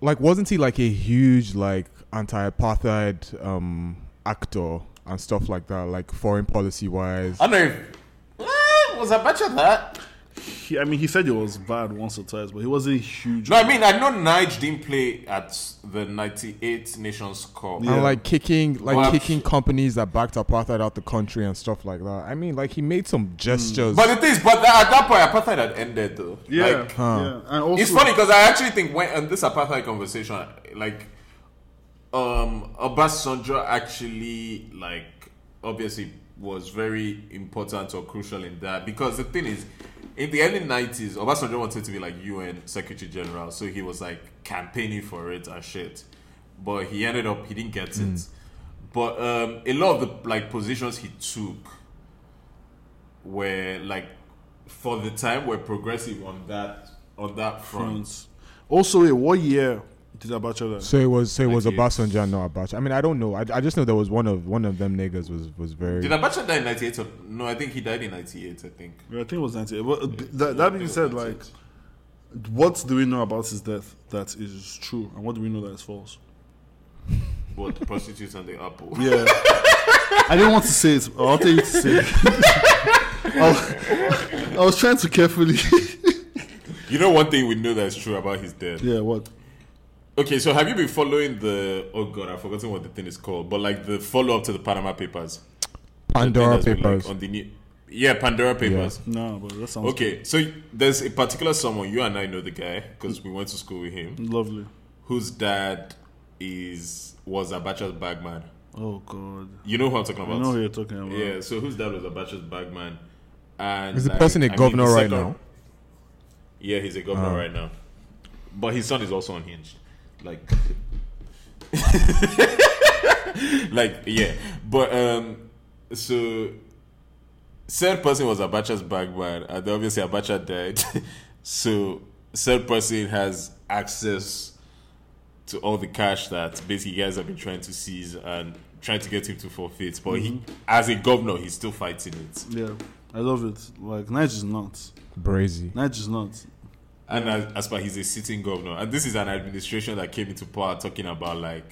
Speaker 2: like wasn't he like a huge like anti-apartheid um actor and stuff like that? Like foreign policy wise.
Speaker 1: I don't know if Eh, was Abacha that.
Speaker 4: He, I mean, he said it was bad once or twice, but he wasn't huge.
Speaker 1: No, I mean I know Nige didn't play at the '98 Nations Cup.
Speaker 4: Yeah.
Speaker 2: and like kicking like
Speaker 1: Well,
Speaker 2: kicking companies that backed apartheid out the country and stuff like that. I mean, like he made some gestures.
Speaker 1: But the thing is, but at that point, apartheid had ended though.
Speaker 4: Yeah,
Speaker 1: Like,
Speaker 4: yeah. And also,
Speaker 1: it's funny because I actually think when in this apartheid conversation, like, um, Obasanjo actually like obviously was very important or crucial in that because the thing is, in the early nineties, Obasanjo wanted to be like UN Secretary General, so he was like campaigning for it and shit, but he ended up he didn't get it. But um, a lot of the like positions he took were like for the time were progressive on that on that front.
Speaker 4: Also, wait, what year did Abacha die?
Speaker 2: so it was so it was
Speaker 1: Like,
Speaker 2: Obasanjo and not Abacha. I mean, I don't know. I, I just know there was one of one of them niggas was was very
Speaker 1: Did Abacha die in ninety eight? No, I think he died in ninety eight. I think.
Speaker 4: Yeah, I think it was 98. But uh, th- that, that being
Speaker 1: Yeah, 98.
Speaker 4: said, like, what do we know about his death that is true, and what do we know that is false?
Speaker 1: what the prostitutes and the apple.
Speaker 4: Yeah. I didn't want to say it. I wanted you to say it. *laughs* I, was, I was trying to carefully.
Speaker 1: *laughs*
Speaker 4: *laughs*
Speaker 1: You know one thing we know that's true about his death.
Speaker 4: yeah, what?
Speaker 1: Okay, so have you been following the? Oh god, I've forgotten what the thing is called, but like the follow up to the Panama Papers. The thing
Speaker 2: Pandora
Speaker 1: that's been, like,
Speaker 2: Papers.
Speaker 1: on the new. Yeah, Pandora Papers.
Speaker 4: No, but that sounds
Speaker 1: Okay, so there's a particular someone you and I know the guy because we went to school with him,
Speaker 4: lovely.
Speaker 1: whose dad is was Abacha's bagman.
Speaker 4: Oh, God.
Speaker 1: You know who I'm talking
Speaker 4: I
Speaker 1: about?
Speaker 4: know who you're talking about.
Speaker 1: Yeah, so whose dad was Abacha's bagman? And
Speaker 2: Is the
Speaker 1: like,
Speaker 2: person a
Speaker 1: mean,
Speaker 2: governor
Speaker 1: the
Speaker 2: right
Speaker 1: second-
Speaker 2: now? Oh.
Speaker 1: Yeah, he's a governor right now. But his son is also unhinged. Like *laughs* Like yeah. But um so said person was Abacha's bagman and obviously Abacha died. *laughs* so said person has access to all the cash that basically you guys have been trying
Speaker 2: Mm-hmm.
Speaker 1: to seize and trying to get him to forfeit. But he as a governor he's still fighting it.
Speaker 4: Yeah.
Speaker 3: I love it. Like Nige is nuts.
Speaker 2: Brazy.
Speaker 3: Nige is nuts.
Speaker 1: And as, as far he's a sitting governor, and this is an administration that came into power talking about like,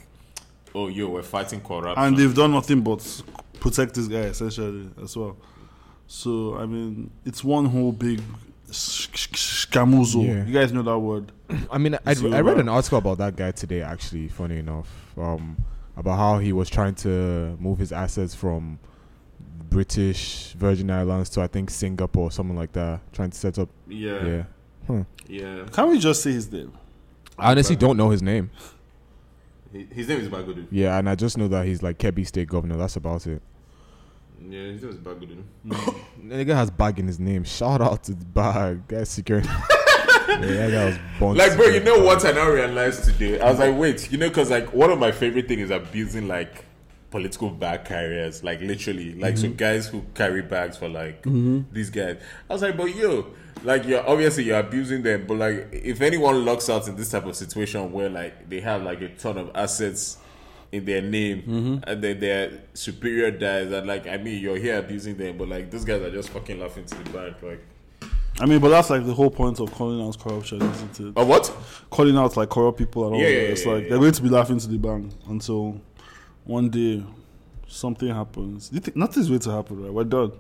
Speaker 1: oh yo, we're fighting corruption.
Speaker 3: And they've done nothing but protect this guy essentially as well. So I mean, it's one whole big sh- sh- sh- scamuzo.
Speaker 2: Yeah.
Speaker 3: You guys know that word.
Speaker 2: I mean, I,
Speaker 3: So,
Speaker 2: I read
Speaker 3: uh,
Speaker 2: an article about that guy today. Actually, funny enough, um, about how he was trying to move his assets from British Virgin Islands to I think Singapore, something like that, trying to set up. Yeah,
Speaker 1: yeah,
Speaker 2: Hmm.
Speaker 1: yeah.
Speaker 3: Can we just say his name?
Speaker 2: I honestly don't know his name.
Speaker 1: He- His name is Bagudu.
Speaker 2: Yeah, and I just know that he's like Kebbi State Governor. That's about it.
Speaker 1: Yeah, his name is Bagudu.
Speaker 2: The guy has bag in his name. Shout out to the bag. Guy *laughs* securing. yeah, that guy was born.
Speaker 1: Like, bro, you
Speaker 2: secured.
Speaker 1: know what I now realized today? I was like, wait, you know, because like one of my favorite things is abusing like political bag carriers, like literally, like so guys who carry bags for like these guys. I was like, but yo, like you're obviously you're abusing them, but like if anyone locks out in this type of situation where like they have like a ton of assets in their name and then their superior dies, and like I mean you're here abusing them, but like these guys are just fucking laughing to the bank, like.
Speaker 3: I mean, but that's like the whole point of calling out corruption, isn't it?
Speaker 1: Oh, what?
Speaker 3: calling out like corrupt people and all
Speaker 1: Yeah,
Speaker 3: that.
Speaker 1: yeah,
Speaker 3: It's
Speaker 1: yeah,
Speaker 3: like
Speaker 1: yeah.
Speaker 3: they're going to be laughing to the bank until one day something happens. You think nothing's going to happen, right? We're done.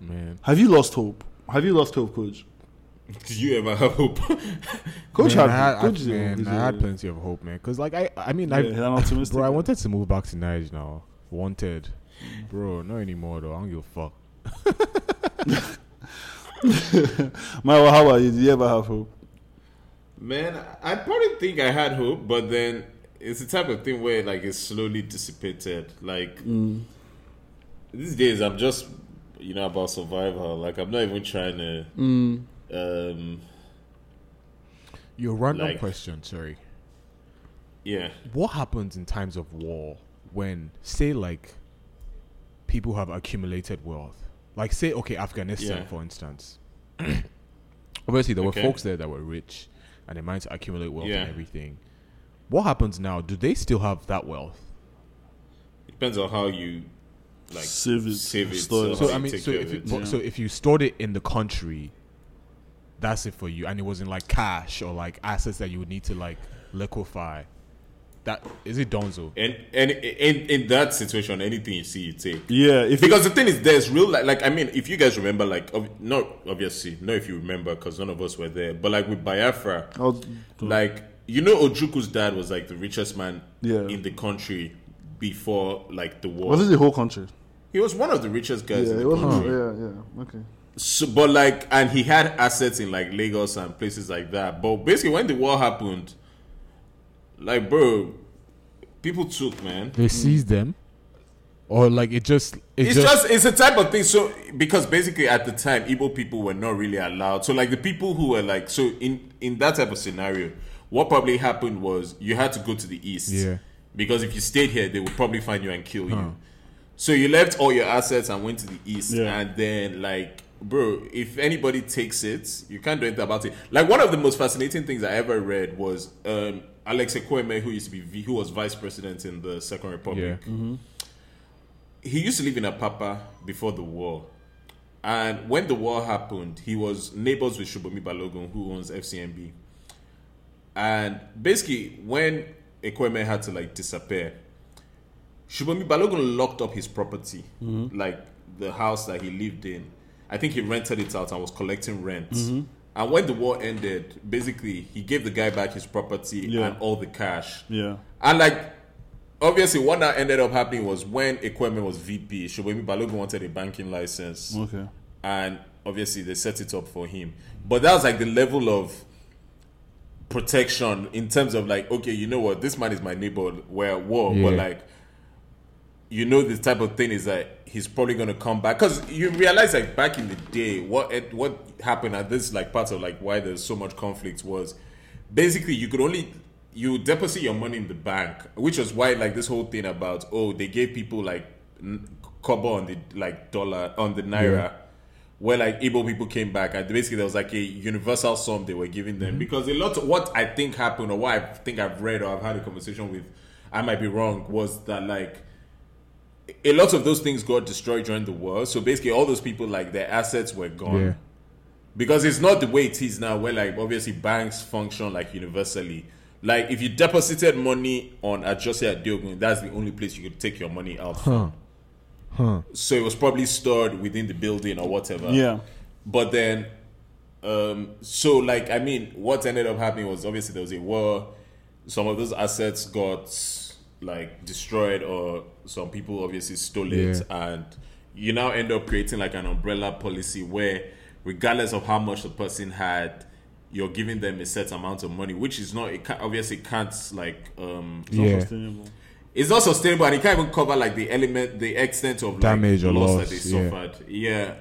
Speaker 2: man.
Speaker 3: Have you lost hope? Have you lost hope, Coach?
Speaker 1: *laughs* Do you ever have hope? *laughs*
Speaker 3: Coach
Speaker 2: man, I
Speaker 3: had,
Speaker 2: had, I,
Speaker 3: Coach is a-
Speaker 2: man,
Speaker 3: is
Speaker 2: I had
Speaker 3: a-
Speaker 2: plenty of hope, man. Cause like I, I mean,
Speaker 3: yeah,
Speaker 2: I,
Speaker 3: he's an optimistic.
Speaker 2: bro, I wanted to move back to Niger now. Wanted, bro, not anymore though. I don't give a fuck.
Speaker 3: Maiwa, how are you? Do you ever have hope?
Speaker 1: Man, I probably think I had hope, but then it's the type of thing where like it's slowly dissipated. Like these days, I'm just you know about survival. Like I'm not even trying to. Um,
Speaker 2: Your random
Speaker 1: Like-
Speaker 2: question, sorry.
Speaker 1: yeah,
Speaker 2: What happens in times of war when, say, like, people have accumulated wealth? Like, say, okay, Afghanistan,
Speaker 1: Yeah.
Speaker 2: for instance. *clears throat* Obviously, there
Speaker 1: Okay.
Speaker 2: were folks there that were rich and they managed to accumulate wealth
Speaker 1: Yeah.
Speaker 2: and everything. What happens now? Do they still have that wealth?
Speaker 1: it depends on how you like
Speaker 3: Save it,
Speaker 1: Save it.
Speaker 3: store it.
Speaker 1: how
Speaker 2: So
Speaker 1: you
Speaker 2: I mean,
Speaker 1: take
Speaker 2: so
Speaker 1: care
Speaker 2: if
Speaker 1: of
Speaker 2: you,
Speaker 1: it.
Speaker 2: but- so if you stored it in the country, that's it for you, and it wasn't like cash or like assets that you would need to like liquefy. That is it, Donzo.
Speaker 1: And and in in that situation, anything you see, you take.
Speaker 3: Yeah, if
Speaker 1: Because the thing is, there's real like, like I mean, if you guys remember, like, ob- not obviously, not if you remember, because none of us were there, but like with Biafra,
Speaker 3: I'll-
Speaker 1: like you know, Ojuku's dad was like the richest man
Speaker 3: Yeah.
Speaker 1: in the country before like the war.
Speaker 3: was it the whole country?
Speaker 1: he was one of the richest guys
Speaker 3: Yeah,
Speaker 1: in
Speaker 3: it
Speaker 1: the
Speaker 3: was.
Speaker 1: country.
Speaker 3: Yeah, yeah. Okay.
Speaker 1: So, but like, and he had assets in like Lagos and places like that. But basically, when the war happened, like, bro, people took man.
Speaker 2: They seize them, or like it just it
Speaker 1: Mm. It's just, it's a type of thing. So because basically at the time, Igbo people were not really allowed. So like the people who were like so in in that type of scenario, what probably happened was you had to go to the east.
Speaker 2: Yeah.
Speaker 1: Because if you stayed here, they would probably find you and kill you. So you left all your assets and went to the east,
Speaker 3: Yeah.
Speaker 1: and then like. Bro, if anybody takes it, you can't do anything about it. Like one of the most fascinating things I ever read was um, Alex Ekweme, who used to be v- who was vice president in the Second Republic
Speaker 2: yeah.
Speaker 1: he used to live in Apapa before the war. And when the war happened, he was neighbors with Shubomi Balogun, who owns FCMB. And basically, when Ekweme had to like disappear, Shubomi Balogun locked up his property, like the house that he lived in. I think he rented it out and was collecting rent. And when the war ended, basically he gave the guy back his property
Speaker 3: Yeah.
Speaker 1: and all the cash.
Speaker 3: Yeah.
Speaker 1: And like, obviously, what that ended up happening was when Ekweme was VP, Shobemi Balogun wanted a banking license,
Speaker 3: Okay.
Speaker 1: and obviously they set it up for him. But that was like the level of protection in terms of like, okay, you know what, this man is my neighbor. We're at war, but
Speaker 2: Yeah.
Speaker 1: like, you know, the type of thing is that he's probably gonna come back because you realize like back in the day, what it, what happened and this is like part of like why there's so much conflict was basically you could only you deposit your money in the bank, which is why like this whole thing about oh they gave people like n- kobo on the like dollar on the naira. Where like Igbo people came back and basically there was like a universal sum they were giving
Speaker 2: Mm-hmm.
Speaker 1: them because a lot of what I think happened or what I think I've read or I've had a conversation with I might be wrong was that like a lot of those things got destroyed during the war. So basically, all those people, like their assets were gone.
Speaker 2: Yeah.
Speaker 1: Because it's not the way it is now, where like obviously banks function like universally. Like if you deposited money on Ajose at Diogun, that's the only place you could take your money out. from.
Speaker 2: Huh. Huh.
Speaker 1: So it was probably stored within the building or whatever.
Speaker 3: Yeah.
Speaker 1: But then, um, so like I mean, what ended up happening was obviously there was a war. Some of those assets got like destroyed, or some people obviously stole it, and you now end up creating like an umbrella policy where, regardless of how much the person had, you're giving them a set amount of money, which is not it can't, obviously can't like um
Speaker 2: Yeah.
Speaker 3: Sustainable.
Speaker 1: it's not sustainable and it can't even cover like the element the extent of like,
Speaker 2: Damage or
Speaker 1: loss,
Speaker 2: loss,
Speaker 1: that they
Speaker 2: yeah.
Speaker 1: suffered yeah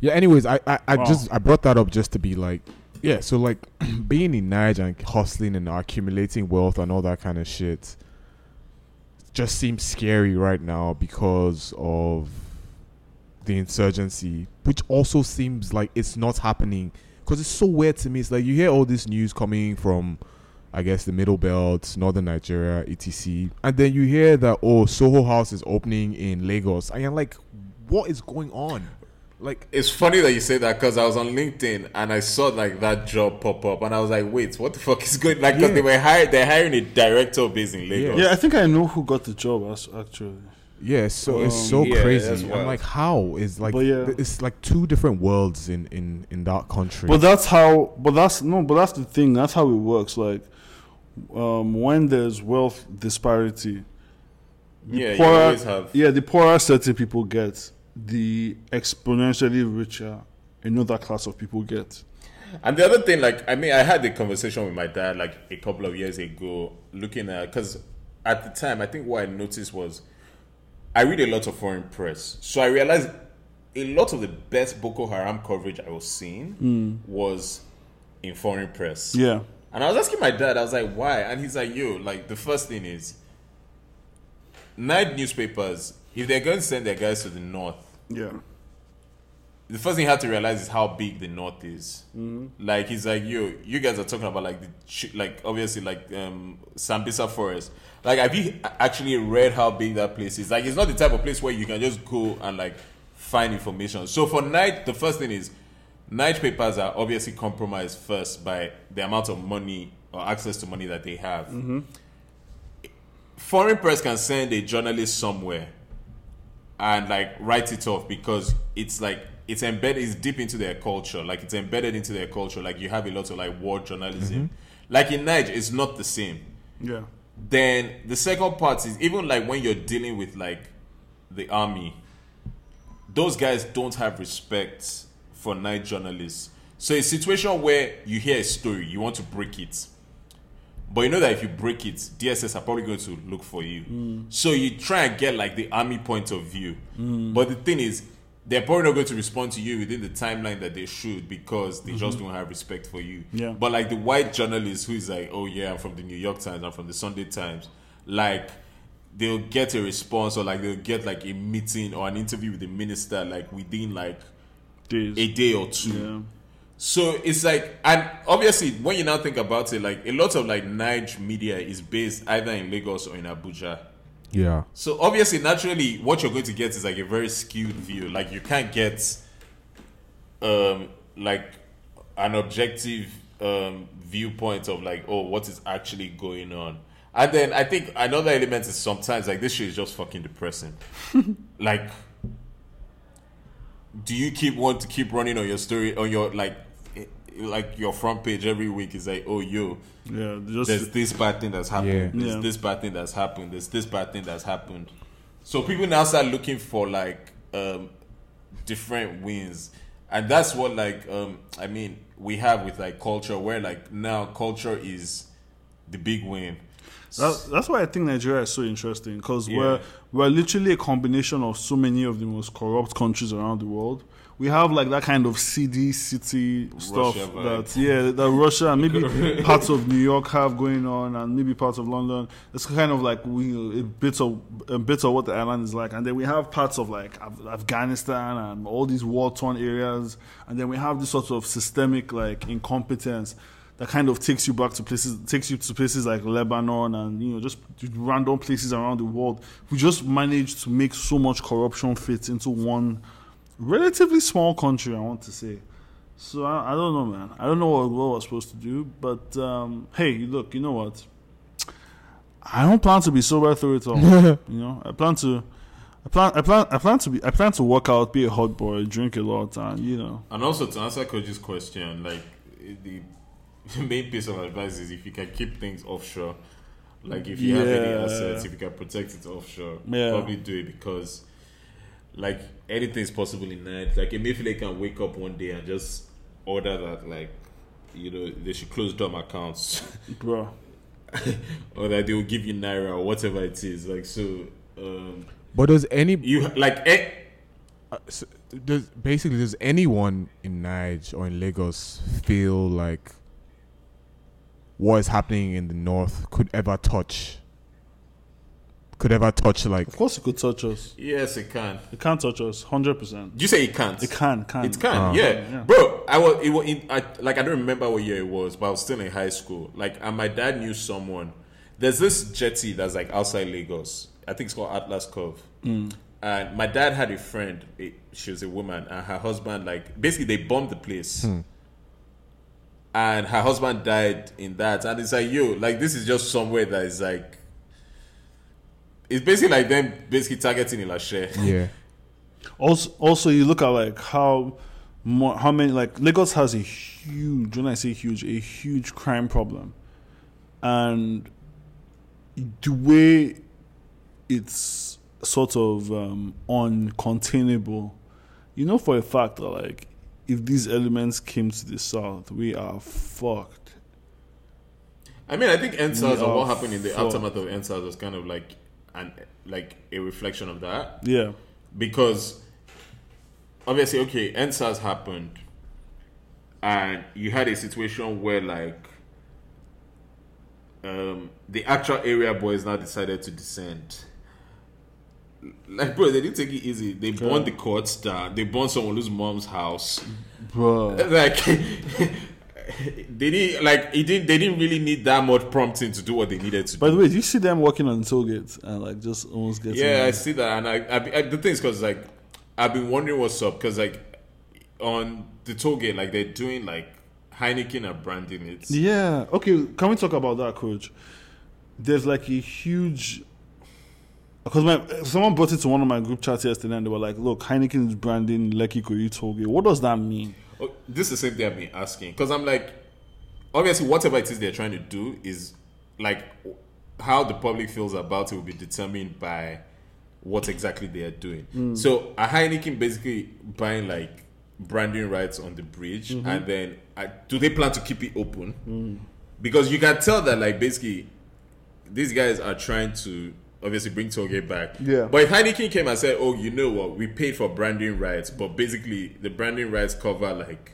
Speaker 2: Yeah. Anyways, I I, I just I brought that up just to be like, yeah. So like, *clears throat* being in Niger and hustling and accumulating wealth and all that kind of shit, just seems scary right now because of the insurgency, which also seems like it's not happening because it's so weird to me. It's like you hear all this news coming from. I guess the middle belt, northern Nigeria, etc. And then you hear that oh, Soho House is opening in Lagos. I am like, what is going on? Like,
Speaker 1: it's funny that you say that because i was on linkedin and i saw like that job pop up and i was like wait what the fuck is going like because
Speaker 2: Yeah.
Speaker 1: they were hired they're hiring a director based in lagos
Speaker 3: Yeah, I think I know who got the job as- actually.
Speaker 2: Yeah, so it's
Speaker 3: Um,
Speaker 2: so
Speaker 1: yeah, that's
Speaker 2: crazy.
Speaker 1: wild.
Speaker 2: I'm like, how is like
Speaker 3: But yeah.
Speaker 2: th- it's like two different worlds in in in that country.
Speaker 3: But
Speaker 2: But
Speaker 3: that-
Speaker 4: that's how but that's no but that's the thing that's how it works like um, when there's wealth disparity
Speaker 1: yeah you
Speaker 4: poorer-
Speaker 1: always have
Speaker 4: yeah the poorer certain people get the exponentially richer another class of people get
Speaker 1: And the other thing, like, I mean, I had a conversation with my dad like a couple of years ago, looking at because at the time, I think what I noticed was I read a lot of foreign press, so I realized a lot of the best Boko Haram coverage I was seeing was in foreign press.
Speaker 4: yeah
Speaker 1: And I was asking my dad, I was like, why? And he's like, yo, like, the first thing is, night newspapers, if they're going to send their guys to the north,
Speaker 4: yeah
Speaker 1: the first thing you have to realize is how big the north is. Like he's like, yo, you guys are talking about like the ch- like obviously like um Sambisa Forest. Like have you a- actually read how big that place is? Like it's not the type of place where you can just go and like find information. So for night, the first thing is night papers are obviously compromised first by the amount of money or access to money that they have. Foreign press can send a journalist somewhere and like write it off because it's like it's embedded it's deep into their culture like it's embedded into their culture like you have a lot of like war journalism like in niger it's not the same
Speaker 4: yeah
Speaker 1: then the second part is even like when you're dealing with like the army those guys don't have respect for night journalists so a situation where you hear a story you want to break it but you know that if you break it dss are probably going to look for you so you try and get like the army point of view but the thing is they're probably not going to respond to you within the timeline that they should because they just don't have respect for you
Speaker 3: Yeah.
Speaker 1: but like the white journalist who is like oh yeah i'm from the new york times i'm from the sunday times like they'll get a response or like they'll get like a meeting or an interview with the minister like within like
Speaker 4: days
Speaker 1: a day or two
Speaker 4: yeah
Speaker 1: so it's like, and obviously, when you now think about it, like a lot of like Nige media is based either in Lagos or in Abuja.
Speaker 2: yeah,
Speaker 1: So obviously, naturally, what you're going to get is like a very skewed view. Like you can't get, um, like an objective um viewpoint of like, oh, what is actually going on. And then I think another element is sometimes like this shit is just fucking depressing. like, do you keep want to keep running on your story on your like, eh, like your front page every week? Is like, oh, yo,
Speaker 4: yeah just
Speaker 1: there's this bad thing that's happened.
Speaker 2: Yeah.
Speaker 1: There's
Speaker 4: Yeah.
Speaker 1: this bad thing that's happened. There's this bad thing that's happened. So people now start looking for like um, different wins, and that's what like um, I mean we have with like culture where like now culture is the big win.
Speaker 4: That, that's why I think Nigeria is so interesting because
Speaker 1: Yeah.
Speaker 4: we're we're literally a combination of so many of the most corrupt countries around the world. We have like that kind of seedy city stuff
Speaker 1: vibe.
Speaker 4: that yeah that Russia and maybe parts of New York have going on and maybe parts of London. It's kind of like we a bit of a bit of what the island is like, and then we have parts of like Af- Afghanistan and all these war torn areas, and then we have this sort of systemic like incompetence
Speaker 3: that kind of takes you back to places, takes you to places like Lebanon and you know just random places around the world. We just managed to make so much corruption fit into one relatively small country. I want to say. So I, I don't know, man. I don't know what, what we're supposed to do, but um, hey, look, you know what? I don't plan to be sober through it all. you know, I plan to, I plan, I plan, I plan to be, I plan to work out, be a hot boy, drink a lot, and you know,
Speaker 1: And also to answer Koji's question, like the *laughs* the main piece of advice is if you can keep things offshore, like if you have any
Speaker 3: Yeah.
Speaker 1: assets, if you can protect it offshore,
Speaker 3: Yeah.
Speaker 1: probably do it because like anything is possible in night. Like Emefiele can wake up one day and just order that like you know they should close dumb accounts *laughs*
Speaker 3: bro.
Speaker 1: or that they will give you naira or whatever it is. Like so, um,
Speaker 2: But does any
Speaker 1: you like eh,
Speaker 2: s- does basically does anyone in Nige or in Lagos feel like what is happening in the north could ever touch? Could ever touch like
Speaker 3: Of course, it could touch us.
Speaker 1: yes it can.
Speaker 3: It can't touch us, hundred percent.
Speaker 1: You say it can't.
Speaker 3: It can, can.
Speaker 1: It can, yeah.
Speaker 3: yeah.
Speaker 1: bro. I was, it was, in I, like I don't remember what year it was, but I was still in high school. Like, and my dad knew someone. There's this jetty that's like outside Lagos. I think it's called Atlas Cove. And my dad had a friend. It, she was a woman, and her husband like basically they bombed the place. And her husband died in that, and it's like yo, like this is just somewhere that is like, it's basically like them basically targeting Ilashe.
Speaker 2: yeah.
Speaker 3: Also, also, you look at like how, more, how many like Lagos has a huge. When I say huge, a huge crime problem, and the way it's sort of um, uncontainable. You know for a fact that like if these elements came to the south, we are fucked.
Speaker 1: I mean, I think NSAS
Speaker 3: We
Speaker 1: or what
Speaker 3: are
Speaker 1: happened in the
Speaker 3: fucked.
Speaker 1: aftermath of NSAS was kind of like an like a reflection of that
Speaker 3: Yeah,
Speaker 1: because obviously, okay, NSAS happened, and you had a situation where like um, the actual area boys now decided to descend. Like, bro, they didn't take it easy. They burned the courts down. They burned someone whose mom's house
Speaker 3: bro.
Speaker 1: like *laughs* they didn't like it didn't they didn't really need that much prompting to do what they needed to
Speaker 3: By
Speaker 1: do.
Speaker 3: the way, do you see them working on the toll gates and like just almost getting?
Speaker 1: yeah, I see that, and I, I, I the thing is because like I've been wondering what's up because like on the toll gate like they're doing like Heineken and branding it.
Speaker 3: Yeah. Okay. Can we talk about that, coach? There's like a huge. Because my someone brought it to one of my group chats yesterday, and they were like, "Look, Heineken is branding Lucky Koyu Toge. What does that mean?"
Speaker 1: Oh, This is the same thing I've been asking because I'm like, obviously whatever it is they're trying to do is like how the public feels about it will be determined by what exactly they are doing. So a Heineken basically buying like branding rights on the bridge, and then uh, do they plan to keep it open? Because you can tell that like basically these guys are trying to obviously bring Toge back.
Speaker 3: Yeah.
Speaker 1: But if Heineken came and said, "Oh, you know what? We paid for branding rights, but basically the branding rights cover like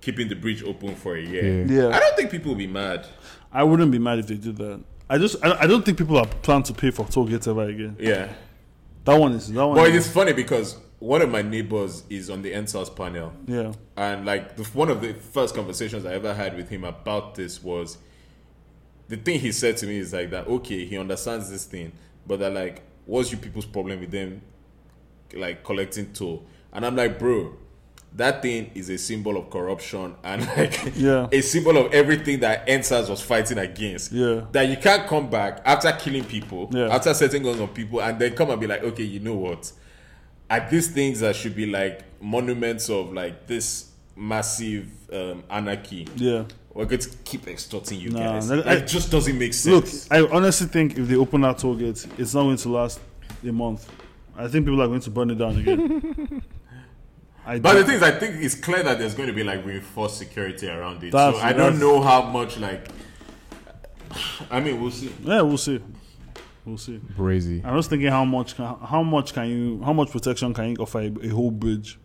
Speaker 1: keeping the bridge open for a year,"
Speaker 2: Yeah.
Speaker 3: Yeah.
Speaker 1: I don't think people will be mad.
Speaker 3: I wouldn't be mad if they did that. I just I, I don't think people are planning to pay for toll gates ever again.
Speaker 1: Yeah.
Speaker 3: That one is that one.
Speaker 1: But it
Speaker 3: is,
Speaker 1: is funny because one of my neighbors is on the NSAS panel.
Speaker 3: yeah.
Speaker 1: And like the, one of the first conversations I ever had with him about this was the thing he said to me is like that. Okay, he understands this thing, but that like, what's your people's problem with them, like collecting toll? And I'm like, bro, that thing is a symbol of corruption *laughs* and like
Speaker 3: Yeah.
Speaker 1: a symbol of everything that NSAS was fighting against.
Speaker 3: Yeah.
Speaker 1: that you can't come back after killing people,
Speaker 3: Yeah.
Speaker 1: after setting guns on people, and then come and be like, okay, you know what? at these things that should be like monuments of like this massive um, anarchy.
Speaker 3: Yeah.
Speaker 1: We're going to keep extorting you
Speaker 3: Nah,
Speaker 1: guys.
Speaker 3: that-
Speaker 1: That,
Speaker 3: I-
Speaker 1: just doesn't make
Speaker 3: Look,
Speaker 1: sense.
Speaker 3: I honestly think if they open that toll gate, it's not going to last a month. I think people are going to burn it down again.
Speaker 1: *laughs*
Speaker 3: I
Speaker 1: but
Speaker 3: do-
Speaker 1: the thing is, I think it's clear that there's going to be like reinforced security around it.
Speaker 3: That's-
Speaker 1: so I don't
Speaker 3: that's-
Speaker 1: know how much like. *sighs* I mean, we'll see.
Speaker 3: Yeah, we'll see. We'll see.
Speaker 2: Brazy.
Speaker 3: I was thinking how much can how much can you how much protection can you offer a, a whole bridge?